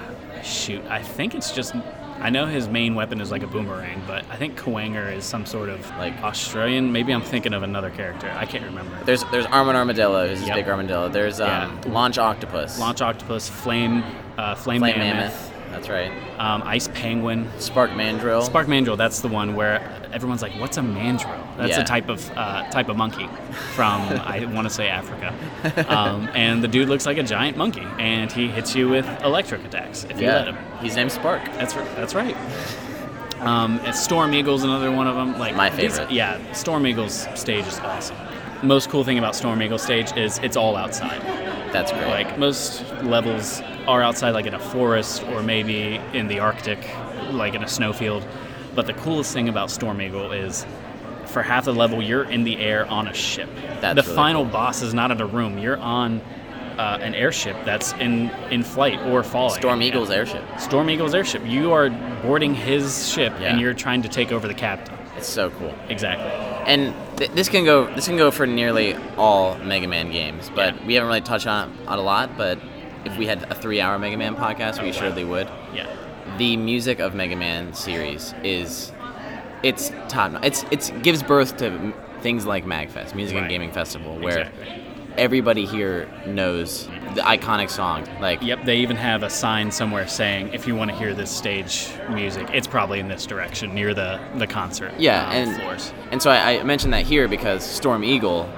S2: Shoot, I think it's just. I know his main weapon is like a boomerang, but I think Kawanger is some sort of
S1: Like-
S2: like Australian. Maybe I'm thinking of another character. I can't remember.
S1: There's there's Armin Armadillo. Who's his
S2: Yep.
S1: big armadillo? There's um,
S2: Yeah.
S1: Launch Octopus.
S2: Launch Octopus, Flame, uh, Flame,
S1: Flame
S2: Mammoth,
S1: Mammoth. That's right.
S2: Um, Ice Penguin,
S1: Spark Mandrill.
S2: Spark Mandrill. That's the one where everyone's like, "What's a mandrill?" That's
S1: Yeah.
S2: a type of uh, type of monkey from I want to say Africa. Um, and the dude looks like a giant monkey, and he hits you with electric attacks if you let him.
S1: Yeah. He's named Spark.
S2: That's r- that's right. Um, and Storm Eagle's another one of them. Like
S1: My
S2: these-
S1: favorite.
S2: yeah, Storm Eagle's stage is awesome. Most cool thing about Storm Eagle stage is it's all outside.
S1: That's great.
S2: Like most levels are outside, like in a forest or maybe in the Arctic, like in a snowfield. But the coolest thing about Storm Eagle is. For half the level, you're in the air on a ship.
S1: That's
S2: the
S1: really
S2: final boss is not in a room. You're on uh, an airship that's in in flight or falling.
S1: Storm
S2: Yeah.
S1: Eagle's airship.
S2: Storm Eagle's airship. You are boarding his ship
S1: Yeah.
S2: and you're trying to take over the captain.
S1: It's so cool.
S2: Exactly.
S1: And th- this can go this can go for nearly all Mega Man games, but
S2: Yeah.
S1: we haven't really touched on it on a lot. But if we had a three-hour Mega Man podcast, we surely would.
S2: Yeah.
S1: the music of Mega Man series is it's top notch. It's it's gives birth to m- things like Magfest, Music and
S2: Right.
S1: Gaming Festival, where
S2: Exactly.
S1: everybody here knows the iconic song. Like
S2: Yep, they even have a sign somewhere saying if you want to hear this stage music, it's probably in this direction near the the concert.
S1: yeah,
S2: um,
S1: and
S2: floors.
S1: and so I, I mentioned that here because Storm Eagle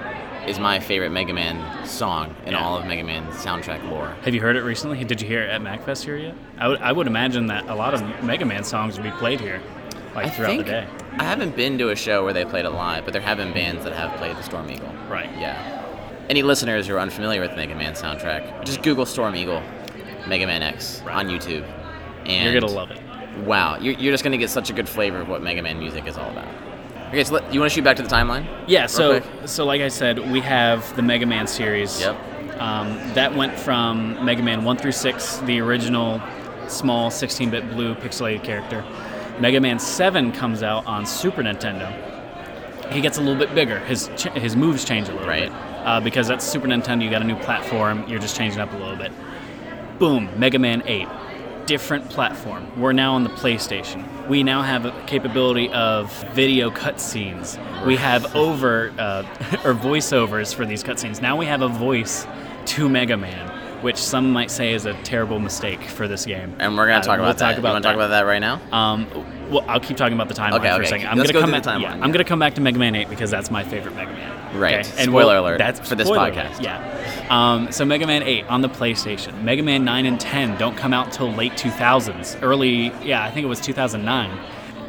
S1: is my favorite Mega Man song in
S2: Yeah.
S1: all of Mega Man soundtrack lore.
S2: Have you heard it recently? Did you hear it at MacFest here yet? I would I would imagine that a lot of Mega Man songs would be played here, like
S1: I
S2: throughout
S1: think
S2: the day.
S1: I haven't been to a show where they played it live, but there have been bands that have played the Storm Eagle.
S2: Right.
S1: Yeah. Any listeners who are unfamiliar with Mega Man soundtrack, just Google Storm Eagle, Mega Man X
S2: Right.
S1: on YouTube, and
S2: You're gonna love it.
S1: Wow, you're, you're just gonna get such a good flavor of what Mega Man music is all about. Okay, so let, you want to shoot back to the timeline?
S2: Yeah,
S1: Real
S2: so
S1: quick?
S2: so like I said, we have the Mega Man series.
S1: Yep.
S2: Um, that went from Mega Man one through six, the original small 16-bit blue pixelated character. Mega Man Seven comes out on Super Nintendo. He gets a little bit bigger. His ch- his moves change a little
S1: Right.
S2: bit uh, because that's Super Nintendo. You got a new platform. You're just changing up a little bit. Boom, Mega Man 8. Different platform. We're now on the PlayStation. We now have a capability of video cutscenes. We have over uh, or voiceovers for these cutscenes. Now we have a voice to Mega Man, which some might say is a terrible mistake for this game.
S1: and we're gonna
S2: Uh,
S1: talk about
S2: we'll
S1: that.
S2: Talk about
S1: you want to
S2: that.
S1: talk about that right now?
S2: Um, well, I'll keep talking about the timeline
S1: Okay,
S2: for
S1: okay.
S2: a second.
S1: Let's
S2: gonna
S1: go
S2: come
S1: through the
S2: back, yeah,
S1: timeline,
S2: I'm
S1: yeah.
S2: going to come back to Mega Man 8 because that's my favorite Mega Man.
S1: Right.
S2: Okay?
S1: Spoiler
S2: we'll-
S1: alert
S2: That's
S1: for this
S2: spoiler
S1: podcast.
S2: alert, Yeah. Um, so Mega Man 8 on the PlayStation. Mega Man 9 and 10 don't come out till late 2000s. Early, yeah, I think it was 2009.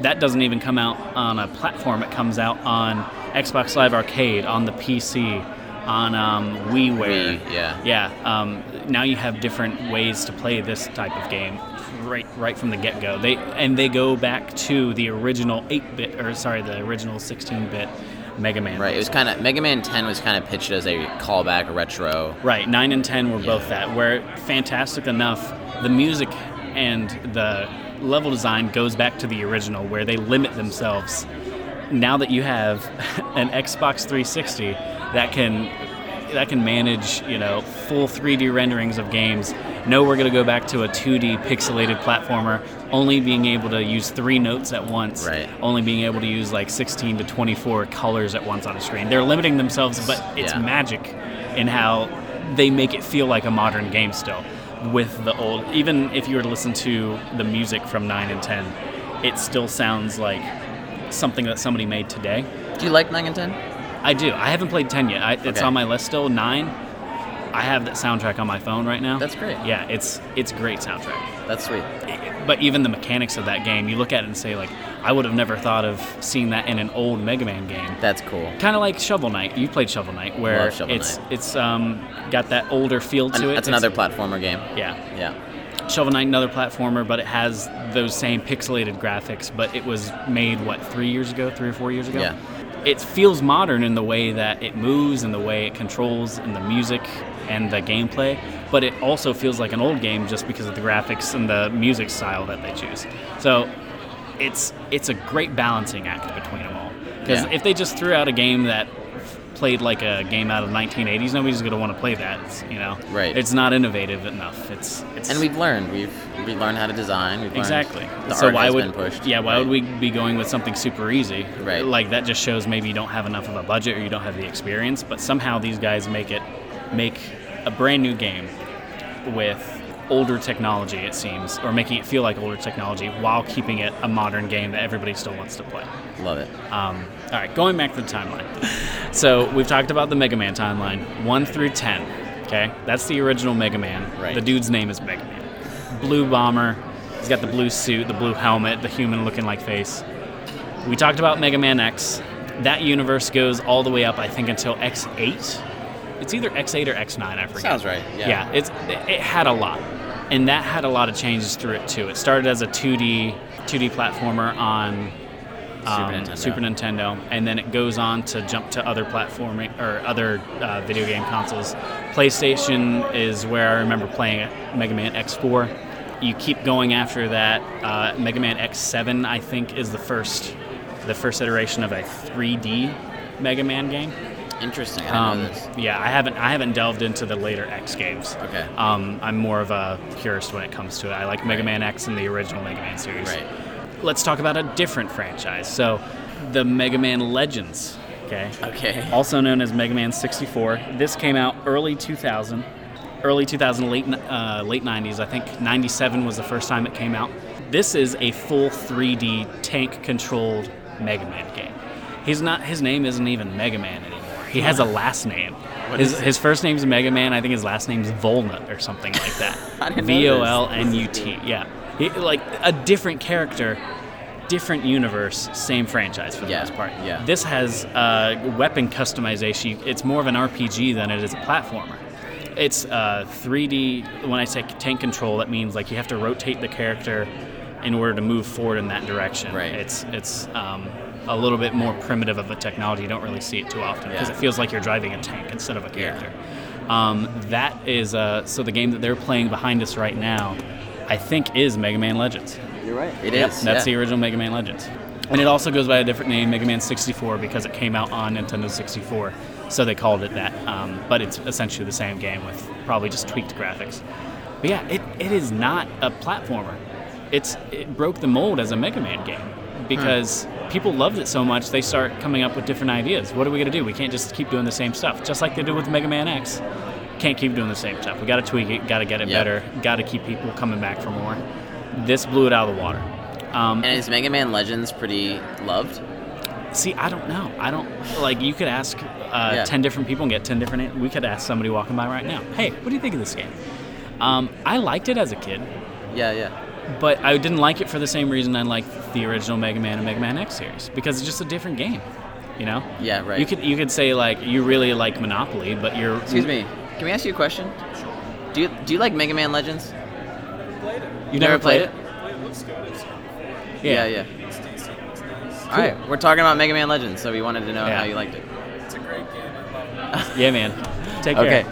S2: That doesn't even come out on a platform. It comes out on Xbox Live Arcade, on the PC, on um, WiiWare.
S1: Wii, yeah.
S2: Yeah. Um, now you have different ways to play this type of game. right right from the get go. They and they go back to the original eight bit or sorry, the original sixteen bit Mega Man.
S1: Right. It was kind of Mega Man 10 was kind of pitched as a callback, a retro.
S2: Right, nine and ten were both that. Where fantastic enough, the music and the level design goes back to the original, where they limit themselves. Now that you have an Xbox 360 that can that can manage, you know, full 3D renderings of games. No, we're going to go back to a 2D pixelated platformer, only being able to use three notes at once.
S1: Right.
S2: Only being able to use like 16 to 24 colors at once on a screen. They're limiting themselves, but it's
S1: Yeah.
S2: magic in how they make it feel like a modern game still. With the old, even if you were to listen to the music from 9 and 10, it still sounds like something that somebody made today.
S1: Do you like 9 and 10?
S2: I do. I haven't played 10 yet. I, it's
S1: Okay.
S2: on my list still. 9. I have that soundtrack on my phone right now.
S1: That's great.
S2: Yeah, it's it's great soundtrack.
S1: That's sweet.
S2: But even the mechanics of that game, you look at it and say like, I would have never thought of seeing that in an old Mega Man game.
S1: That's cool.
S2: Kind of like Shovel Knight. You played Shovel Knight where
S1: Love Shovel
S2: it's
S1: Knight.
S2: it's um got that older feel to
S1: An-
S2: it.
S1: that's
S2: It's-
S1: another platformer game.
S2: Yeah.
S1: Yeah.
S2: Shovel Knight, another platformer, but it has those same pixelated graphics. But it was made what three years ago, three or four years ago.
S1: Yeah.
S2: It feels modern in the way that it moves, and the way it controls, and the music, and the gameplay. But it also feels like an old game just because of the graphics and the music style that they choose. So it's it's a great balancing act between them all. Because
S1: Yeah.
S2: if they just threw out a game that played like a game out of the 1980s, nobody's gonna want to play that. It's, you know,
S1: Right.
S2: It's not innovative enough. It's it's
S1: And we've learned. We've we learned how to design. We've learned
S2: Exactly.
S1: The
S2: so
S1: art
S2: why
S1: has
S2: would
S1: been pushed.
S2: yeah? Why
S1: Right.
S2: would we be going with something super easy?
S1: Right.
S2: Like that just shows maybe you don't have enough of a budget or you don't have the experience. But somehow these guys make it make a brand new game with older technology. It seems or making it feel like older technology while keeping it a modern game that everybody still wants to play.
S1: love it?
S2: Um, all right, going back to the timeline. So we've talked about the Mega Man timeline, one through ten. Okay, that's the original Mega Man.
S1: Right.
S2: The dude's name is Mega Man. Blue bomber. He's got the blue suit, the blue helmet, the human-looking like face. We talked about Mega Man X. That universe goes all the way up, I think, until X8. It's either X8 or X9. I forget
S1: Sounds right. Yeah.
S2: yeah, it's it had a lot, and that had a lot of changes through it too. It started as a 2D 2D platformer on um,
S1: Nintendo.
S2: Super Nintendo, and then it goes on to jump to other platforming or other uh, video game consoles. PlayStation is where I remember playing it, Mega Man X4. You keep going after that. Uh, Mega Man X7, I think, is the first the first iteration of a 3D Mega Man game.
S1: Interesting. I didn't
S2: Um,
S1: know this.
S2: yeah, I haven't I haven't delved into the later X games.
S1: Okay.
S2: Um, I'm more of a purist when it comes to it. I like Mega Man X and the original Mega Man series.
S1: Right.
S2: Let's talk about a different franchise. So, the Mega Man Legends. Okay.
S1: Okay.
S2: Also known as Mega Man 64. This came out early 2000, early 2000, late uh, late 90s. I think 97 was the first time it came out. This is a full 3D tank-controlled Mega Man game. He's not. His name isn't even Mega Man anymore. He has a last name. His, his first name's Mega Man. I think his last name's Volnut or something like that.
S1: I didn't know
S2: V O L
S1: this.
S2: N U T. Yeah, He- like a different character, different universe, same franchise for the
S1: Yeah,
S2: most part.
S1: yeah.
S2: This has uh, weapon customization. It's more of an RPG than it is a platformer. It's uh, 3D. When I say tank control, that means like you have to rotate the character in order to move forward in that direction.
S1: Right.
S2: It's it's um, a little bit more primitive of a technology. You don't really see it too often because
S1: Yeah.
S2: it feels like you're driving a tank instead of a character. Um, that is uh, so the game that they're playing behind us right now, I think is Mega Man Legends.
S1: You're right. It is.
S2: Yep, that's
S1: yeah.
S2: the original Mega Man Legends. And it also goes by a different name, Mega Man 64, because it came out on Nintendo 64, so they called it that. Um, but it's essentially the same game with probably just tweaked graphics. But yeah, it, it is not a platformer. It's it broke the mold as a Mega Man game because people loved it so much they start coming up with different ideas. What are we gonna do? We can't just keep doing the same stuff, just like they did with Mega Man X. Can't keep doing the same stuff. We gotta tweak it. Gotta get it
S1: Yeah.
S2: better. Gotta keep people coming back for more. This blew it out of the water. Um,
S1: And is Mega Man Legends pretty loved?
S2: see, I don't know. I don't like. You could ask uh,
S1: Yeah.
S2: ten different people and get ten different. an- We could ask somebody walking by right now. Hey, what do you think of this game? Um, I liked it as a kid,
S1: Yeah, yeah.
S2: but I didn't like it for the same reason I liked the original Mega Man and Mega Man X series because it's just a different game. You know?
S1: Yeah, right.
S2: You could you could say like you really like Monopoly, but you're
S1: Excuse me. Can we ask you a question? Do you do you like Mega Man Legends? You've never, played, it?
S3: It looks good. I've seen it before.
S1: Yeah,
S2: Yeah.
S1: yeah.
S3: It's decent. It's nice.
S1: All right, we're talking about Mega Man Legends, so we wanted to know
S2: Yeah.
S1: how you liked it.
S3: It's a great game. I love it.
S2: Yeah, man. Take
S1: Okay.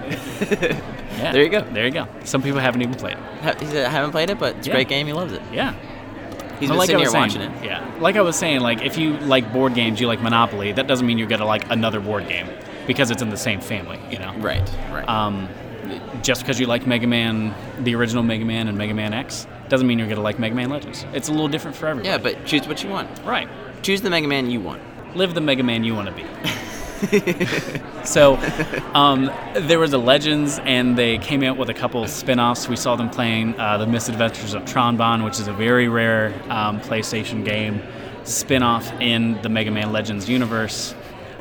S2: care. Yeah.
S1: There you go.
S2: There you go. Some people haven't even played it.
S1: Ha- he said, I haven't played it, but it's a
S2: Yeah.
S1: great game. He loves it.
S2: Yeah.
S1: He's
S2: But
S1: been
S2: like
S1: sitting
S2: I
S1: here
S2: was
S1: watching
S2: saying-
S1: it.
S2: Yeah. Like I was saying, like if you like board games, you like Monopoly, that doesn't mean you're gonna like another board game because it's in the same family, you know?
S1: Right, right.
S2: Um, just because you like Mega Man, the original Mega Man and Mega Man X, doesn't mean you're gonna like Mega Man Legends. It's a little different for everybody.
S1: yeah, but choose what you want.
S2: Right.
S1: Choose the Mega Man you want.
S2: Live the Mega Man you want to be. so, um, there was a Legends, and they came out with a couple spin offs. We saw them playing uh, The Misadventures of Tronbon, which is a very rare um, PlayStation game spin off in the Mega Man Legends universe.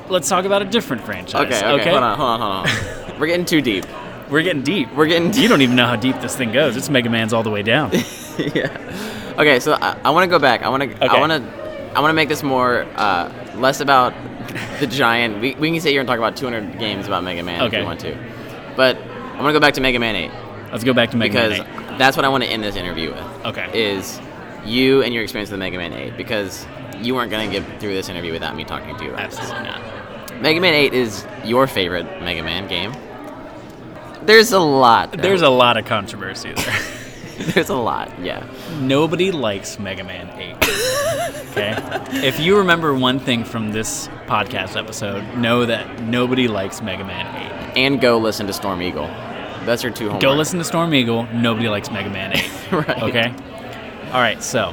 S2: Let's talk about a different franchise.
S1: Okay, okay, hold on, hold on, hold on. we're getting too deep.
S2: We're getting deep.
S1: We're getting
S2: You don't even know how deep this thing goes. It's Mega Man's all the way down.
S1: yeah. Okay, so I, I want to go back. I want to. I
S2: Okay.
S1: want to. I want to make this more uh, less about the giant. We, we can sit here and talk about 200 games about Mega Man if
S2: Okay.
S1: we want to, but I want to go back to Mega Man 8
S2: Let's go back to Mega
S1: because
S2: Man.
S1: that's what I want to end this interview with.
S2: Okay.
S1: Is you and your experience with Mega Man 8 because you weren't going to get through this interview without me talking to you. About
S2: 8.
S1: this.
S2: Absolutely not.
S1: Mega Man 8 is your favorite Mega Man game. There's a lot. though.
S2: There's a lot of controversy there.
S1: there's a lot. Yeah.
S2: Nobody likes Mega Man 8. Okay? if you remember one thing from this podcast episode, know that nobody likes Mega Man
S1: And go listen to Storm Eagle. That's your two homework.
S2: 8. Go listen to Storm Eagle, nobody likes Mega Man 8.
S1: Right.
S2: Okay? All right, so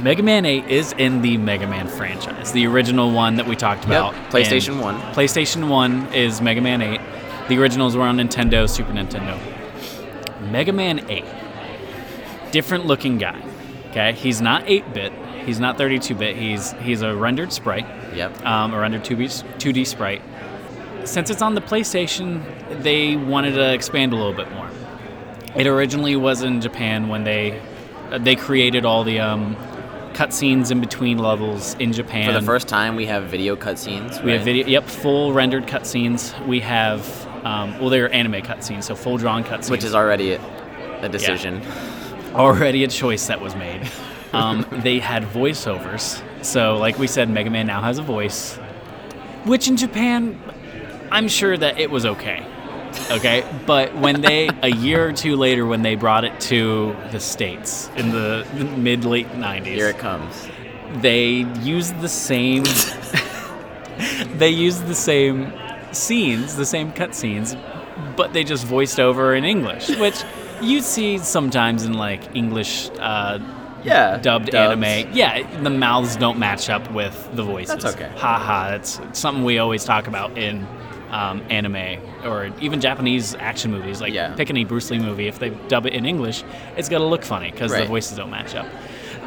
S2: Mega Man 8 is in the Mega Man franchise, the original one that we talked about.
S1: PlayStation
S2: in-
S1: 1.
S2: PlayStation 1 is Mega Man 8. The originals were on Nintendo, Super Nintendo. Mega Man 8. Different looking guy. Okay? He's not 8 bit, he's not 32 bit, he's, he's a rendered sprite,
S1: Yep.
S2: um, a rendered 2D, 2D sprite. Since it's on the PlayStation, they wanted to expand a little bit more. It originally was in Japan when they uh, they created all the um, cutscenes in between levels in Japan.
S1: For the first time, we have video cutscenes.
S2: we have
S1: right?
S2: video, yep, full rendered cutscenes. We have, um, well, they're anime cutscenes, so full drawn cutscenes,
S1: which is already a, a decision.
S2: already a choice that was made. Um, they had voiceovers, so like we said, Mega Man now has a voice, which in Japan, I'm sure that it was okay. Okay, but when they a year or two later, when they brought it to the states in the mid late '90s,
S1: Here it comes.
S2: they used the same they used the same scenes the same cutscenes but they just voiced over in english which you see sometimes in like english uh,
S1: Yeah.
S2: dubbed
S1: dubs.
S2: anime yeah the mouths don't match up with the voices
S1: That's okay.
S2: haha that's something we always talk about in um, anime or even japanese action movies like
S1: Yeah.
S2: pick any bruce lee movie if they dub it in english it's got to look funny because
S1: Right.
S2: the voices don't match up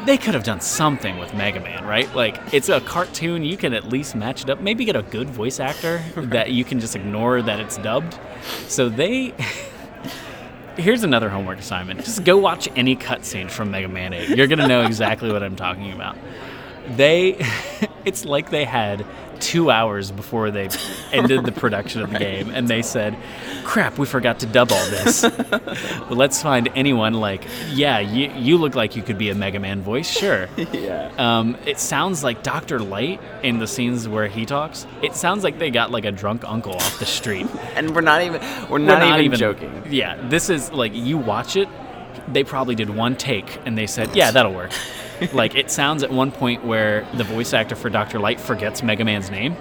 S2: they could have done something with Mega Man, right? Like, it's a cartoon. You can at least match it up. Maybe get a good voice actor that you can just ignore that it's dubbed. So they. Here's another homework assignment. Just go watch any cutscene from Mega Man 8. You're going to know exactly what I'm talking about. They. It's like they had two hours before they ended the production of the game, and they said, crap, we forgot to dub all this. But let's find anyone like, yeah, you, you look like you could be a Mega Man voice, sure.
S1: Yeah.
S2: Um, it sounds like Dr. Light in the scenes where he talks. It sounds like they got like a drunk uncle off the street.
S1: And we're not even. We're
S2: We're
S1: not, even, joking.
S2: Yeah, this is like you watch it. They probably did one take and they said, "Yeah, that'll work." like it sounds at one point where the voice actor for Dr. Light forgets Mega Man's name,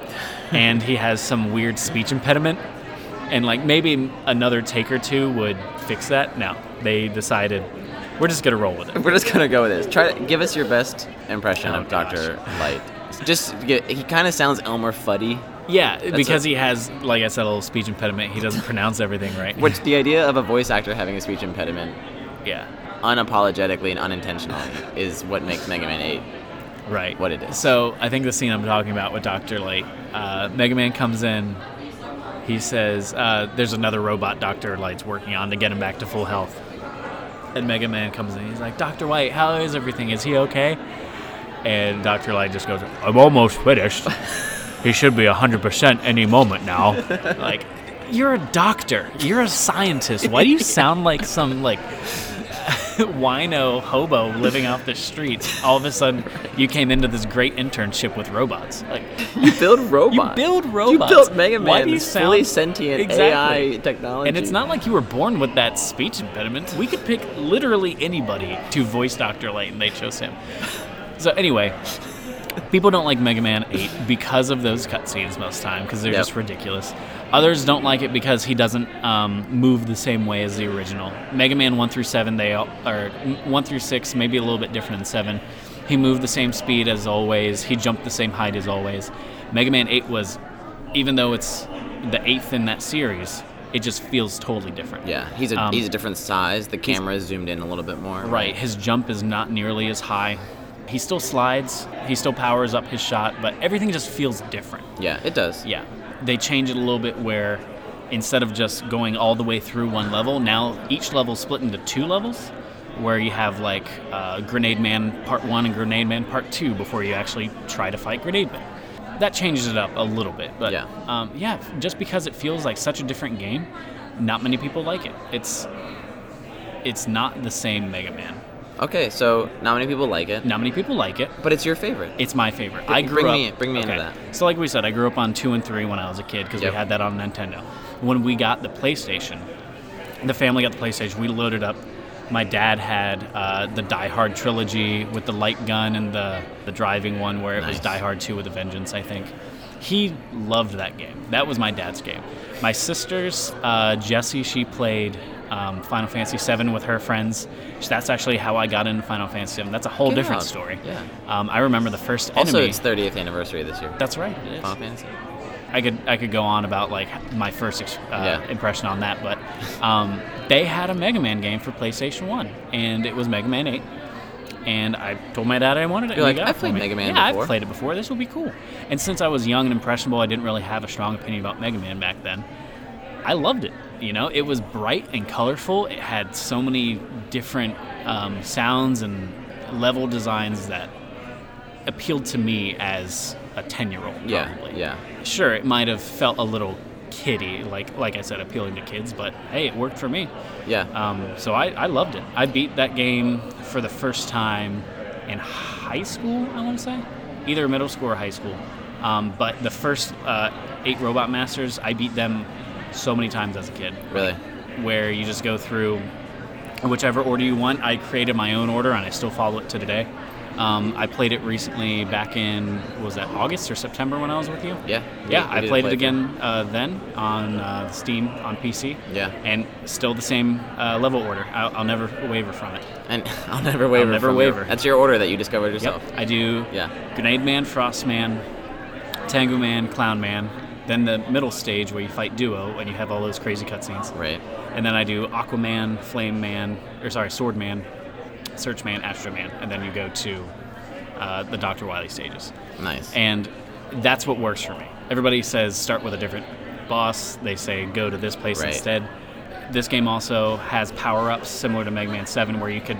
S1: Hmm.
S2: and he has some weird speech impediment, and like maybe another take or two would fix that. No, they decided we're just gonna roll with it.
S1: We're just gonna go with this. Try to give us your best impression
S2: Oh,
S1: of Doctor Light. Just get, he kind of sounds Elmer Fuddy,
S2: Yeah, because
S1: it.
S2: he has, like I said, a little speech impediment. He doesn't pronounce everything right.
S1: which the idea of a voice actor having a speech impediment,
S2: yeah,
S1: unapologetically and unintentionally, is what makes Mega Man 8
S2: right.
S1: what it is.
S2: So I think the scene I'm talking about with Doctor Light, uh, Mega Man comes in. He says, uh, "There's another robot Doctor Light's working on to get him back to full health." And Mega Man comes in. He's like, "Doctor Light, how is everything? Is he okay?" And Doctor Light just goes, "I'm almost finished. he should be hundred percent any moment now." like, you're a doctor. You're a scientist. Why do you sound like some like wino hobo living off the streets, all of a sudden you came into this great internship with robots. Like
S1: You build robots.
S2: build
S1: You
S2: robots.
S1: built Mega
S2: Why
S1: Man,
S2: do you
S1: this fully
S2: sound-
S1: sentient
S2: Exactly.
S1: AI technology.
S2: and it's not like you were born with that speech impediment. We could pick literally anybody to voice Dr. Layton. They chose him. So anyway, people don't like Mega Man 8 because of those cutscenes most time because they're
S1: Yep.
S2: just ridiculous. Others don't like it because he doesn't um, move the same way as the original. Mega Man 1 through 7, they all, or 1 through 6, maybe a little bit different than 7. He moved the same speed as always. He jumped the same height as always. Mega Man 8 was, even though it's the eighth in that series, it just feels totally different.
S1: Yeah, he's a
S2: Um,
S1: he's a different size. The camera is zoomed in a little bit more.
S2: Right, his jump is not nearly as high. He still slides, he still powers up his shot, but everything just feels different.
S1: Yeah, it does.
S2: Yeah. They change it a little bit where instead of just going all the way through one level, now each level split into two levels where you have like uh, Grenade Man Part 1 and Grenade Man Part 2 before you actually try to fight Grenade Man. That changes it up a little bit. But
S1: Yeah.
S2: Um, yeah, just because it feels like such a different game, not many people like it. It's it's not the same Mega Man.
S1: Okay, so not many people like it,
S2: Not many people like it.
S1: but it's your favorite.
S2: It's my favorite. I grew
S1: bring
S2: up.
S1: me- bring me into
S2: So, like we said, I grew up on two and three when I was a kid because
S1: Yep.
S2: we had that on Nintendo. When we got the PlayStation, the family got the PlayStation. We loaded up. My dad had uh, the Die Hard trilogy with the light gun and the the driving one, where it was
S1: Nice.
S2: Die Hard Two with a Vengeance. I think he loved that game. That was my dad's game. My sisters, uh, Jessie, she played. Um, Final Fantasy VII with her friends. That's actually how I got into Final Fantasy VII. That's a whole
S1: Get
S2: different
S1: out.
S2: story.
S1: Yeah.
S2: Um, I remember the first
S1: also,
S2: enemy.
S1: it's 30th anniversary this year.
S2: That's right. it is.
S1: Final Fantasy.
S2: I could I could go on about like my first ex- uh,
S1: Yeah.
S2: impression on that, but um, they had a Mega Man game for PlayStation One, and it was Mega Man Eight. And I told my dad I wanted it.
S1: You're
S2: and he
S1: like,
S2: got it
S1: "I've
S2: for
S1: played
S2: me."
S1: Mega Man
S2: Yeah,
S1: before."
S2: I've played it before. This will be cool. And since I was young and impressionable, I didn't really have a strong opinion about Mega Man back then. I loved it. You know, it was bright and colorful. It had so many different um, sounds and level designs that appealed to me as a ten-year-old.
S1: Yeah,
S2: probably
S1: yeah.
S2: sure it might have felt a little kiddie like like i said appealing to kids but hey it worked for me
S1: Yeah.
S2: um, so I, I loved it i beat that game for the first time in high school i want to say either middle school or high school um, but the first uh, eight robot masters i beat them so many times as a kid
S1: really?
S2: where you just go through whichever order you want. I created my own order and I still follow it to today. Um, I played it recently back in what was that August or September when I was with you?
S1: Yeah, we-
S2: yeah.
S1: we
S2: I
S1: did
S2: played
S1: play
S2: it
S1: it.
S2: again uh, then on uh, Steam on PC.
S1: Yeah.
S2: and still the same uh, level order. I'll, I'll never waver from it.
S1: And I'll never waver.
S2: never
S1: from your-
S2: waver.
S1: that's your order that you discovered yourself.
S2: Yep, I do.
S1: Yeah.
S2: Grenade Man, Frost Man, Tango Man, Clown Man. Then the middle stage where you fight Duo and you have all those crazy cutscenes.
S1: Right.
S2: And then I do Aquaman, Flame Man, or sorry, Sword Man, Search Man, Astro Man, and then you go to uh, the Dr. Wily stages.
S1: Nice.
S2: And that's what works for me. Everybody says start with a different boss, they say go to this place
S1: Right.
S2: instead. This game also has power ups similar to Mega Man 7 where you could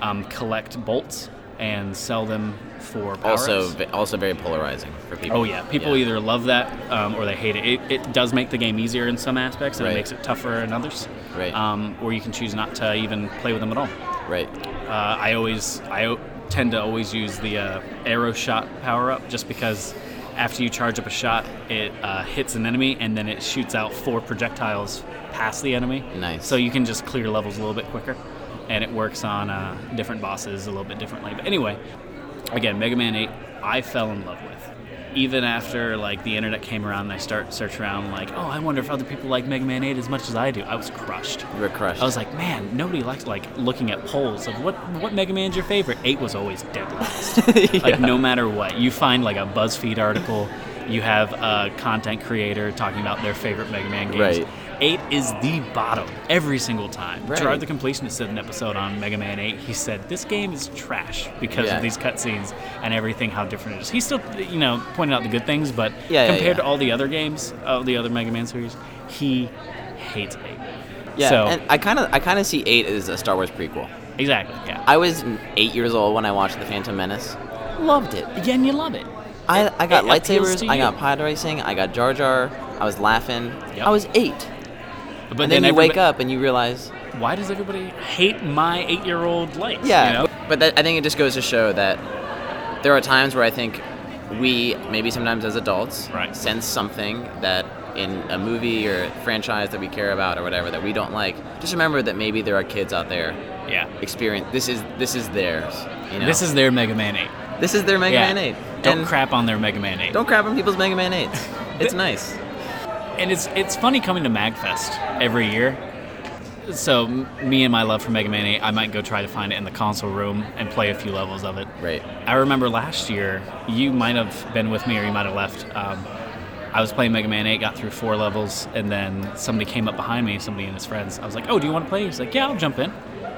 S2: um, collect bolts and sell them for power
S1: also, ve- also very polarizing for people.
S2: Oh yeah, people
S1: Yeah.
S2: either love that um, or they hate it. it. It does make the game easier in some aspects, and
S1: Right.
S2: it makes it tougher in others.
S1: Right.
S2: Um, or you can choose not to even play with them at all.
S1: Right.
S2: Uh, I always, I o- tend to always use the uh, arrow shot power up, just because after you charge up a shot, it uh, hits an enemy and then it shoots out four projectiles past the enemy.
S1: Nice.
S2: So you can just clear levels a little bit quicker, and it works on uh, different bosses a little bit differently. But anyway, again, Mega Man 8, I fell in love with. Even after like the internet came around and I start search around like, oh, I wonder if other people like Mega Man 8 as much as I do. I was crushed.
S1: You were crushed.
S2: I was like, man, nobody likes like looking at polls of what what Mega Man's your favorite. Eight was always dead last. Like no matter what, you find like a BuzzFeed article, you have a content creator talking about their favorite Mega Man games.
S1: Right.
S2: Eight is the bottom every single time.
S1: Right.
S2: Gerard the Completionist did an episode on Mega Man Eight. He said this game is trash because
S1: Yeah.
S2: of these cutscenes and everything how different it is. He still, you know, pointed out the good things, but
S1: Yeah, yeah,
S2: compared
S1: yeah.
S2: to all the other games of the other Mega Man series, he hates Eight.
S1: yeah.
S2: So
S1: and I kind of, I kind of see eight as a Star Wars prequel.
S2: exactly, yeah.
S1: I was eight years old when I watched The Phantom Menace. Loved it.
S2: Yeah, and you love it.
S1: I, I got
S2: it appeals
S1: lightsabers,
S2: to
S1: I
S2: you.
S1: got pod racing, I got Jar Jar, I was laughing.
S2: Yep.
S1: I was eight.
S2: But
S1: and then, you
S2: everybo-
S1: wake up and you realize
S2: why does everybody hate my eight-year-old life?
S1: Yeah,
S2: you know?
S1: but that, I think it just goes to show that there are times where I think we, maybe sometimes as adults,
S2: Right.
S1: sense something that in a movie or franchise that we care about or whatever that we don't like. Just remember that maybe there are kids out there
S2: yeah.
S1: experience this is this is theirs. You know?
S2: This is their Mega Man Eight.
S1: this is their Mega
S2: yeah.
S1: Man 8.
S2: Don't
S1: and
S2: crap on their Mega Man Eight.
S1: Don't crap on people's Mega Man 8s. It's nice.
S2: And it's it's funny coming to Magfest every year. So m- me and my love for Mega Man 8, I might go try to find it in the console room and play a few levels of it.
S1: Right.
S2: I remember last year, you might have been with me or you might have left. Um, I was playing Mega Man 8, got through four levels, and then somebody came up behind me, somebody and his friends. I was like, oh, do you want to play? He's like, yeah, I'll jump in.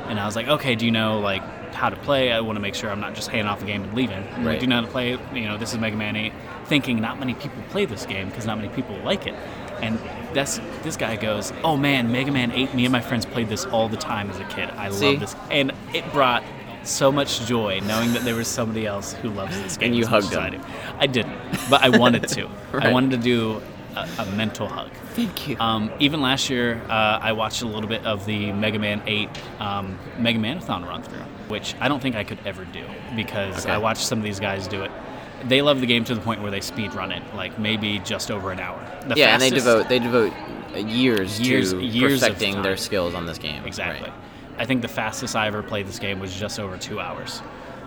S2: And I was like, okay, do you know, like, how to play? I want to make sure I'm not just handing off the game and leaving. I'm Like,
S1: Right.
S2: do you know how to play? You know, this is Mega Man 8. Thinking not many people play this game because not many people like it. And that's this guy goes, oh man, Mega Man 8. Me and my friends played this all the time as a kid. I
S1: See?
S2: love this and it brought so much joy knowing that there was somebody else who loves this game.
S1: And you
S2: as much
S1: hugged
S2: as I
S1: him.
S2: do. I didn't, but I wanted to. I
S1: Right.
S2: wanted to do a, a mental hug.
S1: Thank you.
S2: Um, even last year, uh, I watched a little bit of the Mega Man 8 um, Mega Manathon run through, which I don't think I could ever do because
S1: Okay.
S2: I watched some of these guys do it. They love the game to the point where they speed run it, like maybe just over an hour. The
S1: yeah, and they
S2: fastest-
S1: devote they devote years,
S2: Years-
S1: to
S2: years of
S1: perfecting their
S2: time.
S1: skills on this game.
S2: Exactly.
S1: Right.
S2: I think the fastest I ever played this game was just over two hours,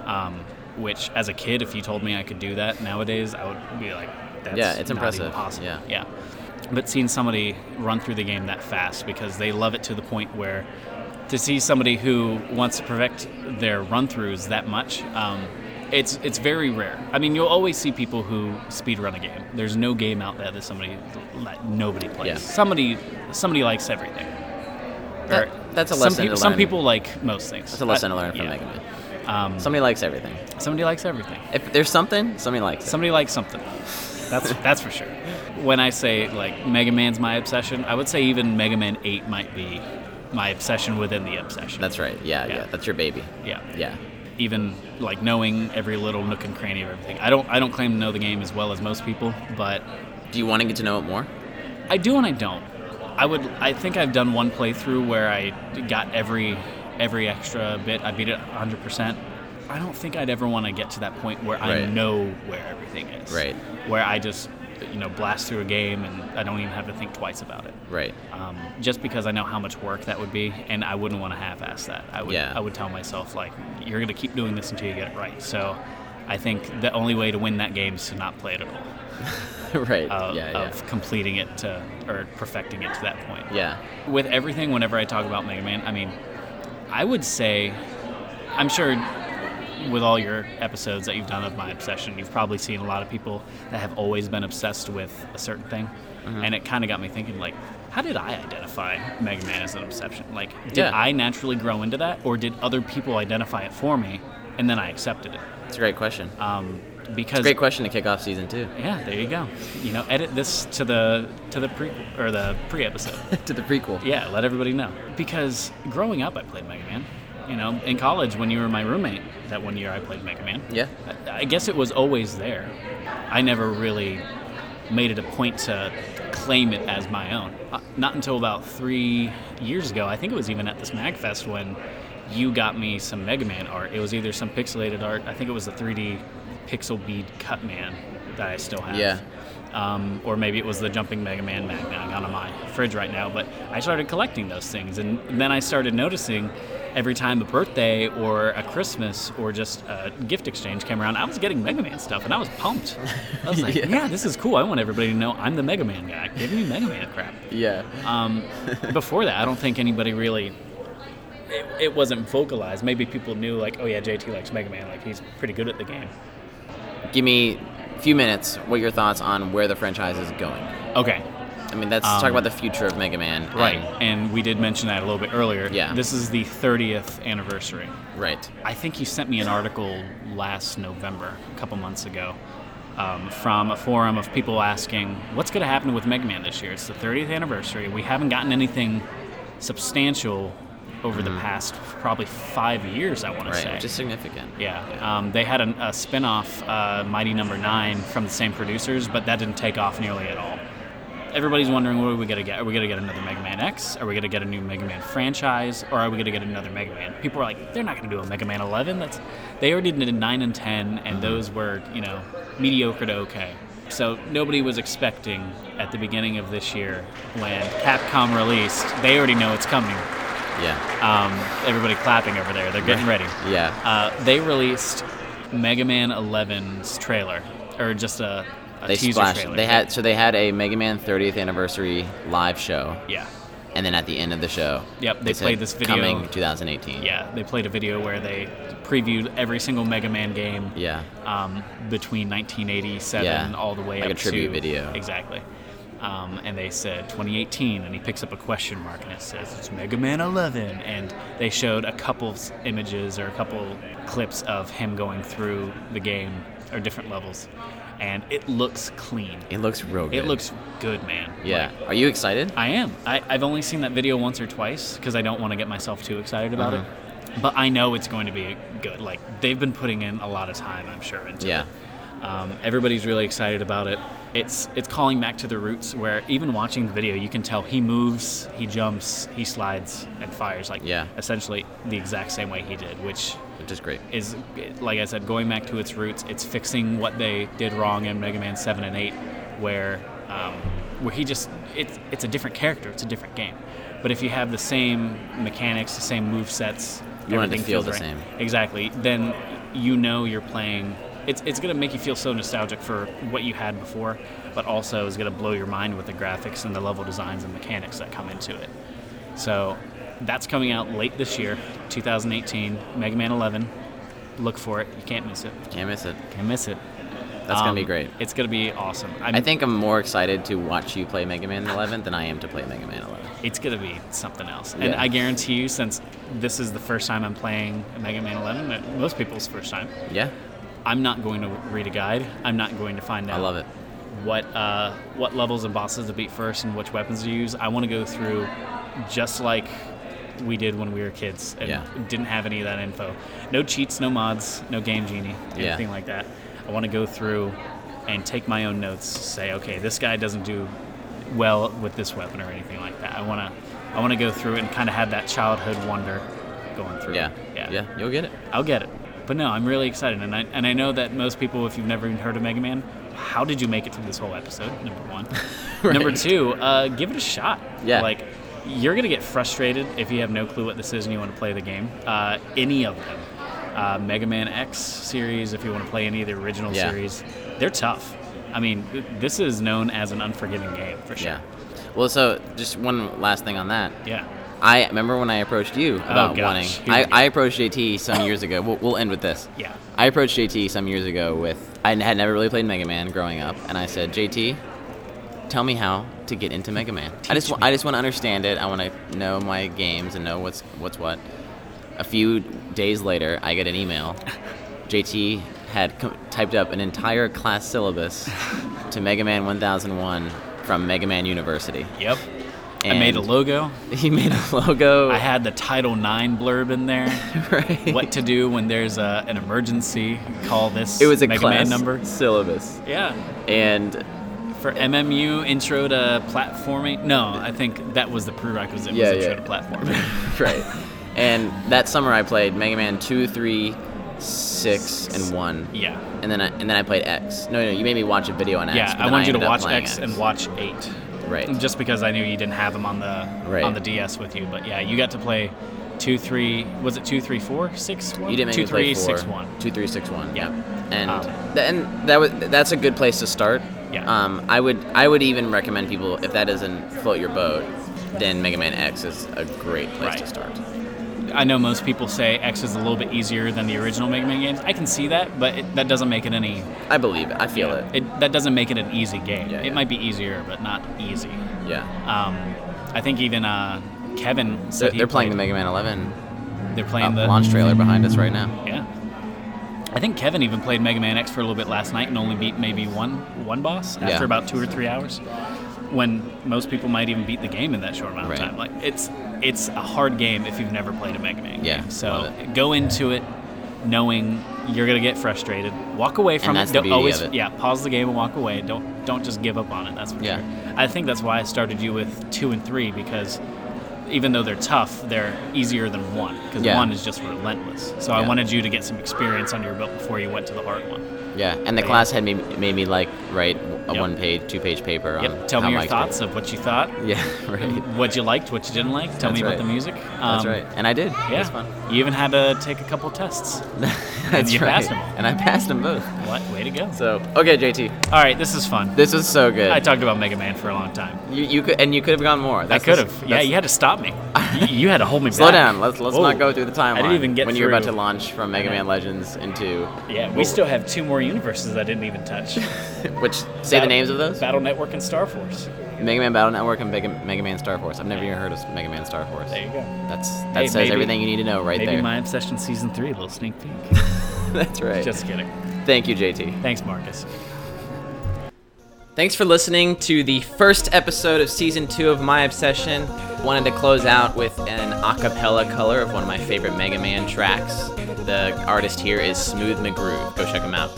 S2: um, which as a kid, if you told me I could do that nowadays, I would be like, that's
S1: Yeah, it's
S2: not
S1: impressive.
S2: even possible.
S1: Yeah.
S2: yeah. But seeing somebody run through the game that fast because they love it to the point where to see somebody who wants to perfect their run throughs that much, um, it's it's very rare. I mean, you'll always see people who speed run a game. There's no game out there that somebody that nobody plays.
S1: Yeah.
S2: Somebody somebody likes everything.
S1: That-
S2: Or-
S1: that's a
S2: some
S1: lesson
S2: peop-
S1: to
S2: Some
S1: learn.
S2: people like most things.
S1: That's a lesson
S2: I-
S1: to learn from
S2: yeah. Um,
S1: Mega Man. somebody likes everything.
S2: Somebody likes everything.
S1: If there's something, somebody likes it.
S2: Somebody likes something. That's that's for sure. When I say like Mega Man's my obsession, I would say even Mega Man Eight might be my obsession within the obsession.
S1: That's right. Yeah,
S2: Yeah.
S1: yeah, That's your baby.
S2: yeah.
S1: Yeah.
S2: Even like knowing every little nook and cranny of everything. I don't I don't claim to know the game as well as most people, but
S1: Do you want to get to know it more?
S2: I do and I don't. I would. I think I've done one playthrough where I got every every extra bit. I beat it 100. percent I don't think I'd ever want to get to that point where I
S1: Right.
S2: know where everything is.
S1: Right.
S2: Where I just you know blast through a game and I don't even have to think twice about it.
S1: Right.
S2: Um, just because I know how much work that would be, and I wouldn't want to half-ass that. I would.
S1: Yeah.
S2: I would tell myself like, you're gonna keep doing this until you get it right. So, I think the only way to win that game is to not play it at all
S1: right.
S2: of,
S1: yeah, yeah.
S2: of completing it to or perfecting it to that point.
S1: yeah.
S2: With everything, whenever I talk about Mega Man, I mean, I would say, I'm sure with all your episodes that you've done of my obsession, you've probably seen a lot of people that have always been obsessed with a certain thing,
S1: Mm-hmm.
S2: and it kind of got me thinking like. How did I identify Mega Man as an obsession? Like, did
S1: Yeah.
S2: I naturally grow into that, or did other people identify it for me, and then I accepted it?
S1: It's a great question.
S2: Um, because
S1: Great question to kick off season two.
S2: yeah, there you go. You know, edit this to the to the pre or the pre episode.
S1: to the prequel.
S2: Yeah, let everybody know. Because growing up, I played Mega Man. You know, in college when you were my roommate, that one year I played Mega Man.
S1: Yeah.
S2: I, I guess it was always there. I never really made it a point to claim it as my own. Uh, not until about three years ago. I think it was even at this MagFest when you got me some Mega Man art. It was either some pixelated art. I think it was the 3D pixel bead cut man that I still have
S1: Yeah.
S2: um, or maybe it was the Jumping Mega Man magna I got on my fridge right now. But I started collecting those things, and then I started noticing every time a birthday or a Christmas or just a gift exchange came around, I was getting Mega Man stuff, and I was pumped. I was like, yeah.
S1: Yeah.
S2: this is cool. I want everybody to know I'm the Mega Man guy. Give me Mega Man crap."
S1: Yeah.
S2: Um, before that, I don't think anybody really. It, it wasn't vocalized. Maybe people knew, like, oh yeah, JT likes Mega Man. Like, he's pretty good at the game.
S1: Give me a few minutes. What are your thoughts on where the franchise is going?
S2: Okay,
S1: I mean, that's
S2: Um,
S1: talk about the future of Mega Man. and-
S2: Right. And we did mention that a little bit earlier.
S1: Yeah.
S2: This is the 30th anniversary.
S1: right.
S2: I think you sent me an article last November, a couple months ago, um, from a forum of people asking, what's going to happen with Mega Man this year? It's the 30th anniversary. We haven't gotten anything substantial over the past probably five years, I want to
S1: Mm-hmm. Right.
S2: say.
S1: Which is significant.
S2: Yeah, um, they had an, a spin off, uh, Mighty Number Nine, from the same producers, but that didn't take off nearly at all. everybody's wondering what are we gonna get? Are we gonna get another Mega Man X? Are we gonna get a new Mega Man franchise? Or are we gonna get another Mega Man? People are like, they're not gonna do a Mega Man 11. That's they already did nine and ten, and those were you know mediocre to okay. So nobody was expecting at the beginning of this year when Capcom released. They already know it's coming.
S1: Yeah.
S2: Um, everybody clapping over there. They're getting ready.
S1: Yeah.
S2: Uh, they released Mega Man 11's trailer, or just a, a
S1: They
S2: teaser
S1: splashed.
S2: trailer.
S1: They had so they had a Mega Man 30th anniversary live show,
S2: yeah,
S1: and then at the end of the show,
S2: Yep, they
S1: it said,
S2: played this video.
S1: coming 2018.
S2: yeah. They played a video where they previewed every single Mega Man game.
S1: Yeah.
S2: Um, between 1987
S1: Yeah,
S2: all the way
S1: like a
S2: up
S1: tribute
S2: to
S1: video.
S2: exactly. Um, and they said 2018, and he picks up a question mark, and it says it's Mega Man 11. And they showed a couple of s- images or a couple clips of him going through the game or different levels, and it looks clean.
S1: It looks real good.
S2: It looks good, man.
S1: Yeah. Are you excited?
S2: I am. I, I've only seen that video once or twice because I don't want to get myself too excited about
S1: Uh-huh.
S2: it. But I know it's going to be good. Like they've been putting in a lot of time, I'm sure. Into
S1: Yeah.
S2: It. Um, everybody's really excited about it. It's it's calling back to the roots where even watching the video, you can tell he moves, he jumps, he slides, and fires like
S1: Yeah.
S2: essentially the exact same way he did, which
S1: Which is great.
S2: is like I said, going back to its roots. It's fixing what they did wrong in Mega Man Seven and Eight, where um, where he just it's it's a different character, it's a different game. But if you have the same mechanics, the same move sets,
S1: You want it to feel the same.
S2: Exactly. Then you know you're playing. It's it's gonna make you feel so nostalgic for what you had before, but also is gonna blow your mind with the graphics and the level designs and mechanics that come into it. So that's coming out late this year, 2018, Mega Man 11. Look for it. You can't miss it.
S1: Can't miss it.
S2: Can't miss it.
S1: That's gonna be
S2: Um,
S1: great.
S2: It's gonna be awesome. I'm,
S1: I think I'm more excited to watch you play Mega Man 11 than I am to play Mega Man 11.
S2: it's gonna be something else. And
S1: Yeah.
S2: I guarantee you, since this is the first time I'm playing Mega Man 11, and most people's first time,
S1: Yeah,
S2: I'm not going to read a guide. I'm not going to find out.
S1: I love it.
S2: What uh, what levels and bosses to beat first, and which weapons to use. I want to go through, just like we did when we were kids and
S1: Yeah.
S2: didn't have any of that info. No cheats, no mods, no game genie,
S1: Yeah.
S2: anything like that. I want to go through and take my own notes. Say, okay, this guy doesn't do well with this weapon or anything like that. I want to I want to go through and kind of have that childhood wonder going through.
S1: Yeah,
S2: yeah,
S1: yeah, you'll get it.
S2: I'll get it. But no, I'm really excited, and I and I know that most people, if you've never even heard of Mega Man, how did you make it through this whole episode? Number one. Number
S1: Right.
S2: two, uh, give it a shot.
S1: Yeah.
S2: Like, you're gonna get frustrated if you have no clue what this is and you want to play the game. Uh, any of them, uh, Mega Man X series, if you want to play any of the original
S1: Yeah.
S2: series, they're tough. I mean, th- this is known as an unforgiving game for sure.
S1: Yeah. Well, so just one last thing on that.
S2: Yeah.
S1: I remember when I approached you about
S2: Oh, gosh,
S1: wanting.
S2: here we
S1: I,
S2: go.
S1: I approached JT some years ago. We'll, we'll end with this.
S2: Yeah.
S1: I approached JT some years ago with. I had never really played Mega Man growing up, and I said, JT, tell me how to get into Mega Man. I just,
S2: Teach
S1: wa-
S2: me."
S1: I just want to understand it. I want to know my games and know what's what's what. A few days later, I get an email. JT had co- typed up an entire class syllabus to Mega Man 1001 from Mega Man University.
S2: Yep. I made a
S1: And-
S2: logo.
S1: He made a logo.
S2: I had the Title IX blurb in there.
S1: right.
S2: what to do when there's a, an emergency. Call this.
S1: It was a
S2: Mega
S1: class
S2: Man number.
S1: syllabus,
S2: Yeah,
S1: and
S2: for MMU intro to platforming. No, I think that was the prerequisite.
S1: Yeah,
S2: was intro
S1: yeah.
S2: to platforming.
S1: right, and that summer I played Mega Man two, three, six, and one.
S2: yeah,
S1: And then I and then I played X. No, no, you made me watch a video on X.
S2: yeah.
S1: but
S2: I
S1: then
S2: wanted you
S1: ended
S2: to
S1: up
S2: watch
S1: playing
S2: X, and watch Eight,
S1: Right.
S2: just because I knew you didn't have them on the
S1: Right.
S2: on the DS with you. But yeah, you got to play two, three. Was it two, three, four, six, one?
S1: You didn't make
S2: two,
S1: me play
S2: three,
S1: four.
S2: six, one.
S1: Two, three, six, one.
S2: Yeah.
S1: And
S2: Um,
S1: th- and that was that's a good place to start.
S2: Yeah.
S1: Um, I would I would even recommend people if that doesn't float your boat, then Mega Man X is a great place to
S2: Right.
S1: start.
S2: I know most people say X is a little bit easier than the original Mega Man games. I can see that, but it, that doesn't make it any
S1: I believe it. I feel
S2: Yeah.
S1: it.
S2: That doesn't make it an easy game.
S1: Yeah,
S2: it
S1: yeah.
S2: might be easier, but not easy.
S1: Yeah.
S2: Um, I think even uh, Kevin
S1: They're,
S2: said he
S1: they're playing the
S2: played-
S1: Mega Man 11
S2: They're
S1: uh,
S2: playing the
S1: launch trailer behind us right now.
S2: Yeah. I think Kevin even played Mega Man X for a little bit last night and only beat maybe one one boss after
S1: Yeah.
S2: about two or three hours. When most people might even beat the game in that short amount of
S1: Right.
S2: time. Like it's it's a hard game if you've never played a Mega Man
S1: Yeah,
S2: game. So
S1: love
S2: go into it knowing you're gonna get frustrated. Walk away from
S1: that's
S2: it.
S1: the
S2: Don't
S1: beauty of
S2: always,
S1: it.
S2: yeah. Pause the game and walk away. Don't don't just give up on it. That's for
S1: Yeah.
S2: sure. I think that's why I started you with two and three because even though they're tough, they're easier than one because
S1: Yeah.
S2: one is just relentless. So I
S1: Yeah.
S2: wanted you to get some experience under your belt before you went to the hard one.
S1: Yeah, and the
S2: But yeah.
S1: class had me made me like write a
S2: Yep.
S1: one page, two page paper on
S2: Yep. Tell
S1: how
S2: me your
S1: my
S2: thoughts
S1: experience-
S2: of what you thought,
S1: Yeah, right.
S2: what you liked, what you didn't like. Tell
S1: That's
S2: me about
S1: right.
S2: the music.
S1: That's
S2: Um,
S1: right, and I did.
S2: Yeah.
S1: it was fun.
S2: You even had to take a couple tests.
S1: That's
S2: you
S1: right.
S2: passed 'em all.
S1: And I passed them both.
S2: What? Way to go.
S1: So okay, JT,
S2: All right, this is fun.
S1: this was so good.
S2: I talked about Mega Man for a long time.
S1: you, you could and you could have gone more.
S2: I
S1: That's the-
S2: could have. Yeah,
S1: that's-
S2: you had to stop me. You, you had to hold me
S1: Slow
S2: back.
S1: down. Let's let's
S2: Whoa.
S1: not go through the timeline.
S2: I didn't even get
S1: when you were about to
S2: through-
S1: launch from Mega Man Legends into
S2: Yeah, we still have two more universes I didn't even touch. Say
S1: which say the names of those
S2: Battle Network and Star Force.
S1: Mega Man Battle Network and Mega, Mega Man Star Force. I've never even heard of Mega Man Star Force.
S2: There you go.
S1: That's that
S2: Hey,
S1: says
S2: maybe-
S1: everything you need to know right
S2: Maybe
S1: there.
S2: my obsession season three, a little sneak peek.
S1: That's right.
S2: Just kidding.
S1: Thank you, JT.
S2: Thanks, Marcus.
S1: Thanks for listening to the first episode of season two of My Obsession. Wanted to close out with an a cappella color of one of my favorite Mega Man tracks. The artist here is Smooth McGroove. Go check him out.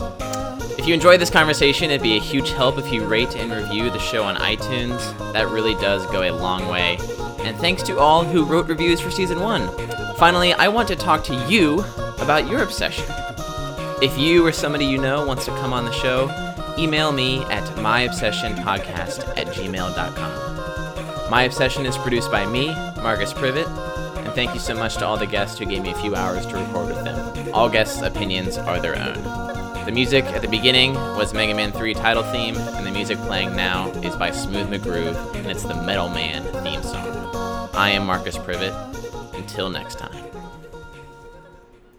S1: If you enjoyed this conversation, it'd be a huge help if you rate and review the show on iTunes. That really does go a long way. And thanks to all who wrote reviews for season one. Finally, I want to talk to you about your obsession. If you or somebody you know wants to come on the show, email me at myobsessionpodcast at gmail.com. My Obsession is produced by me, Marcus Privet, and thank you so much to all the guests who gave me a few hours to record with them. All guests' opinions are their own. The music at the beginning was Mega Man 3 title theme, and the music playing now is by Smooth McGroove, and it's the Metal Man theme song. I am Marcus Privet. Until next time.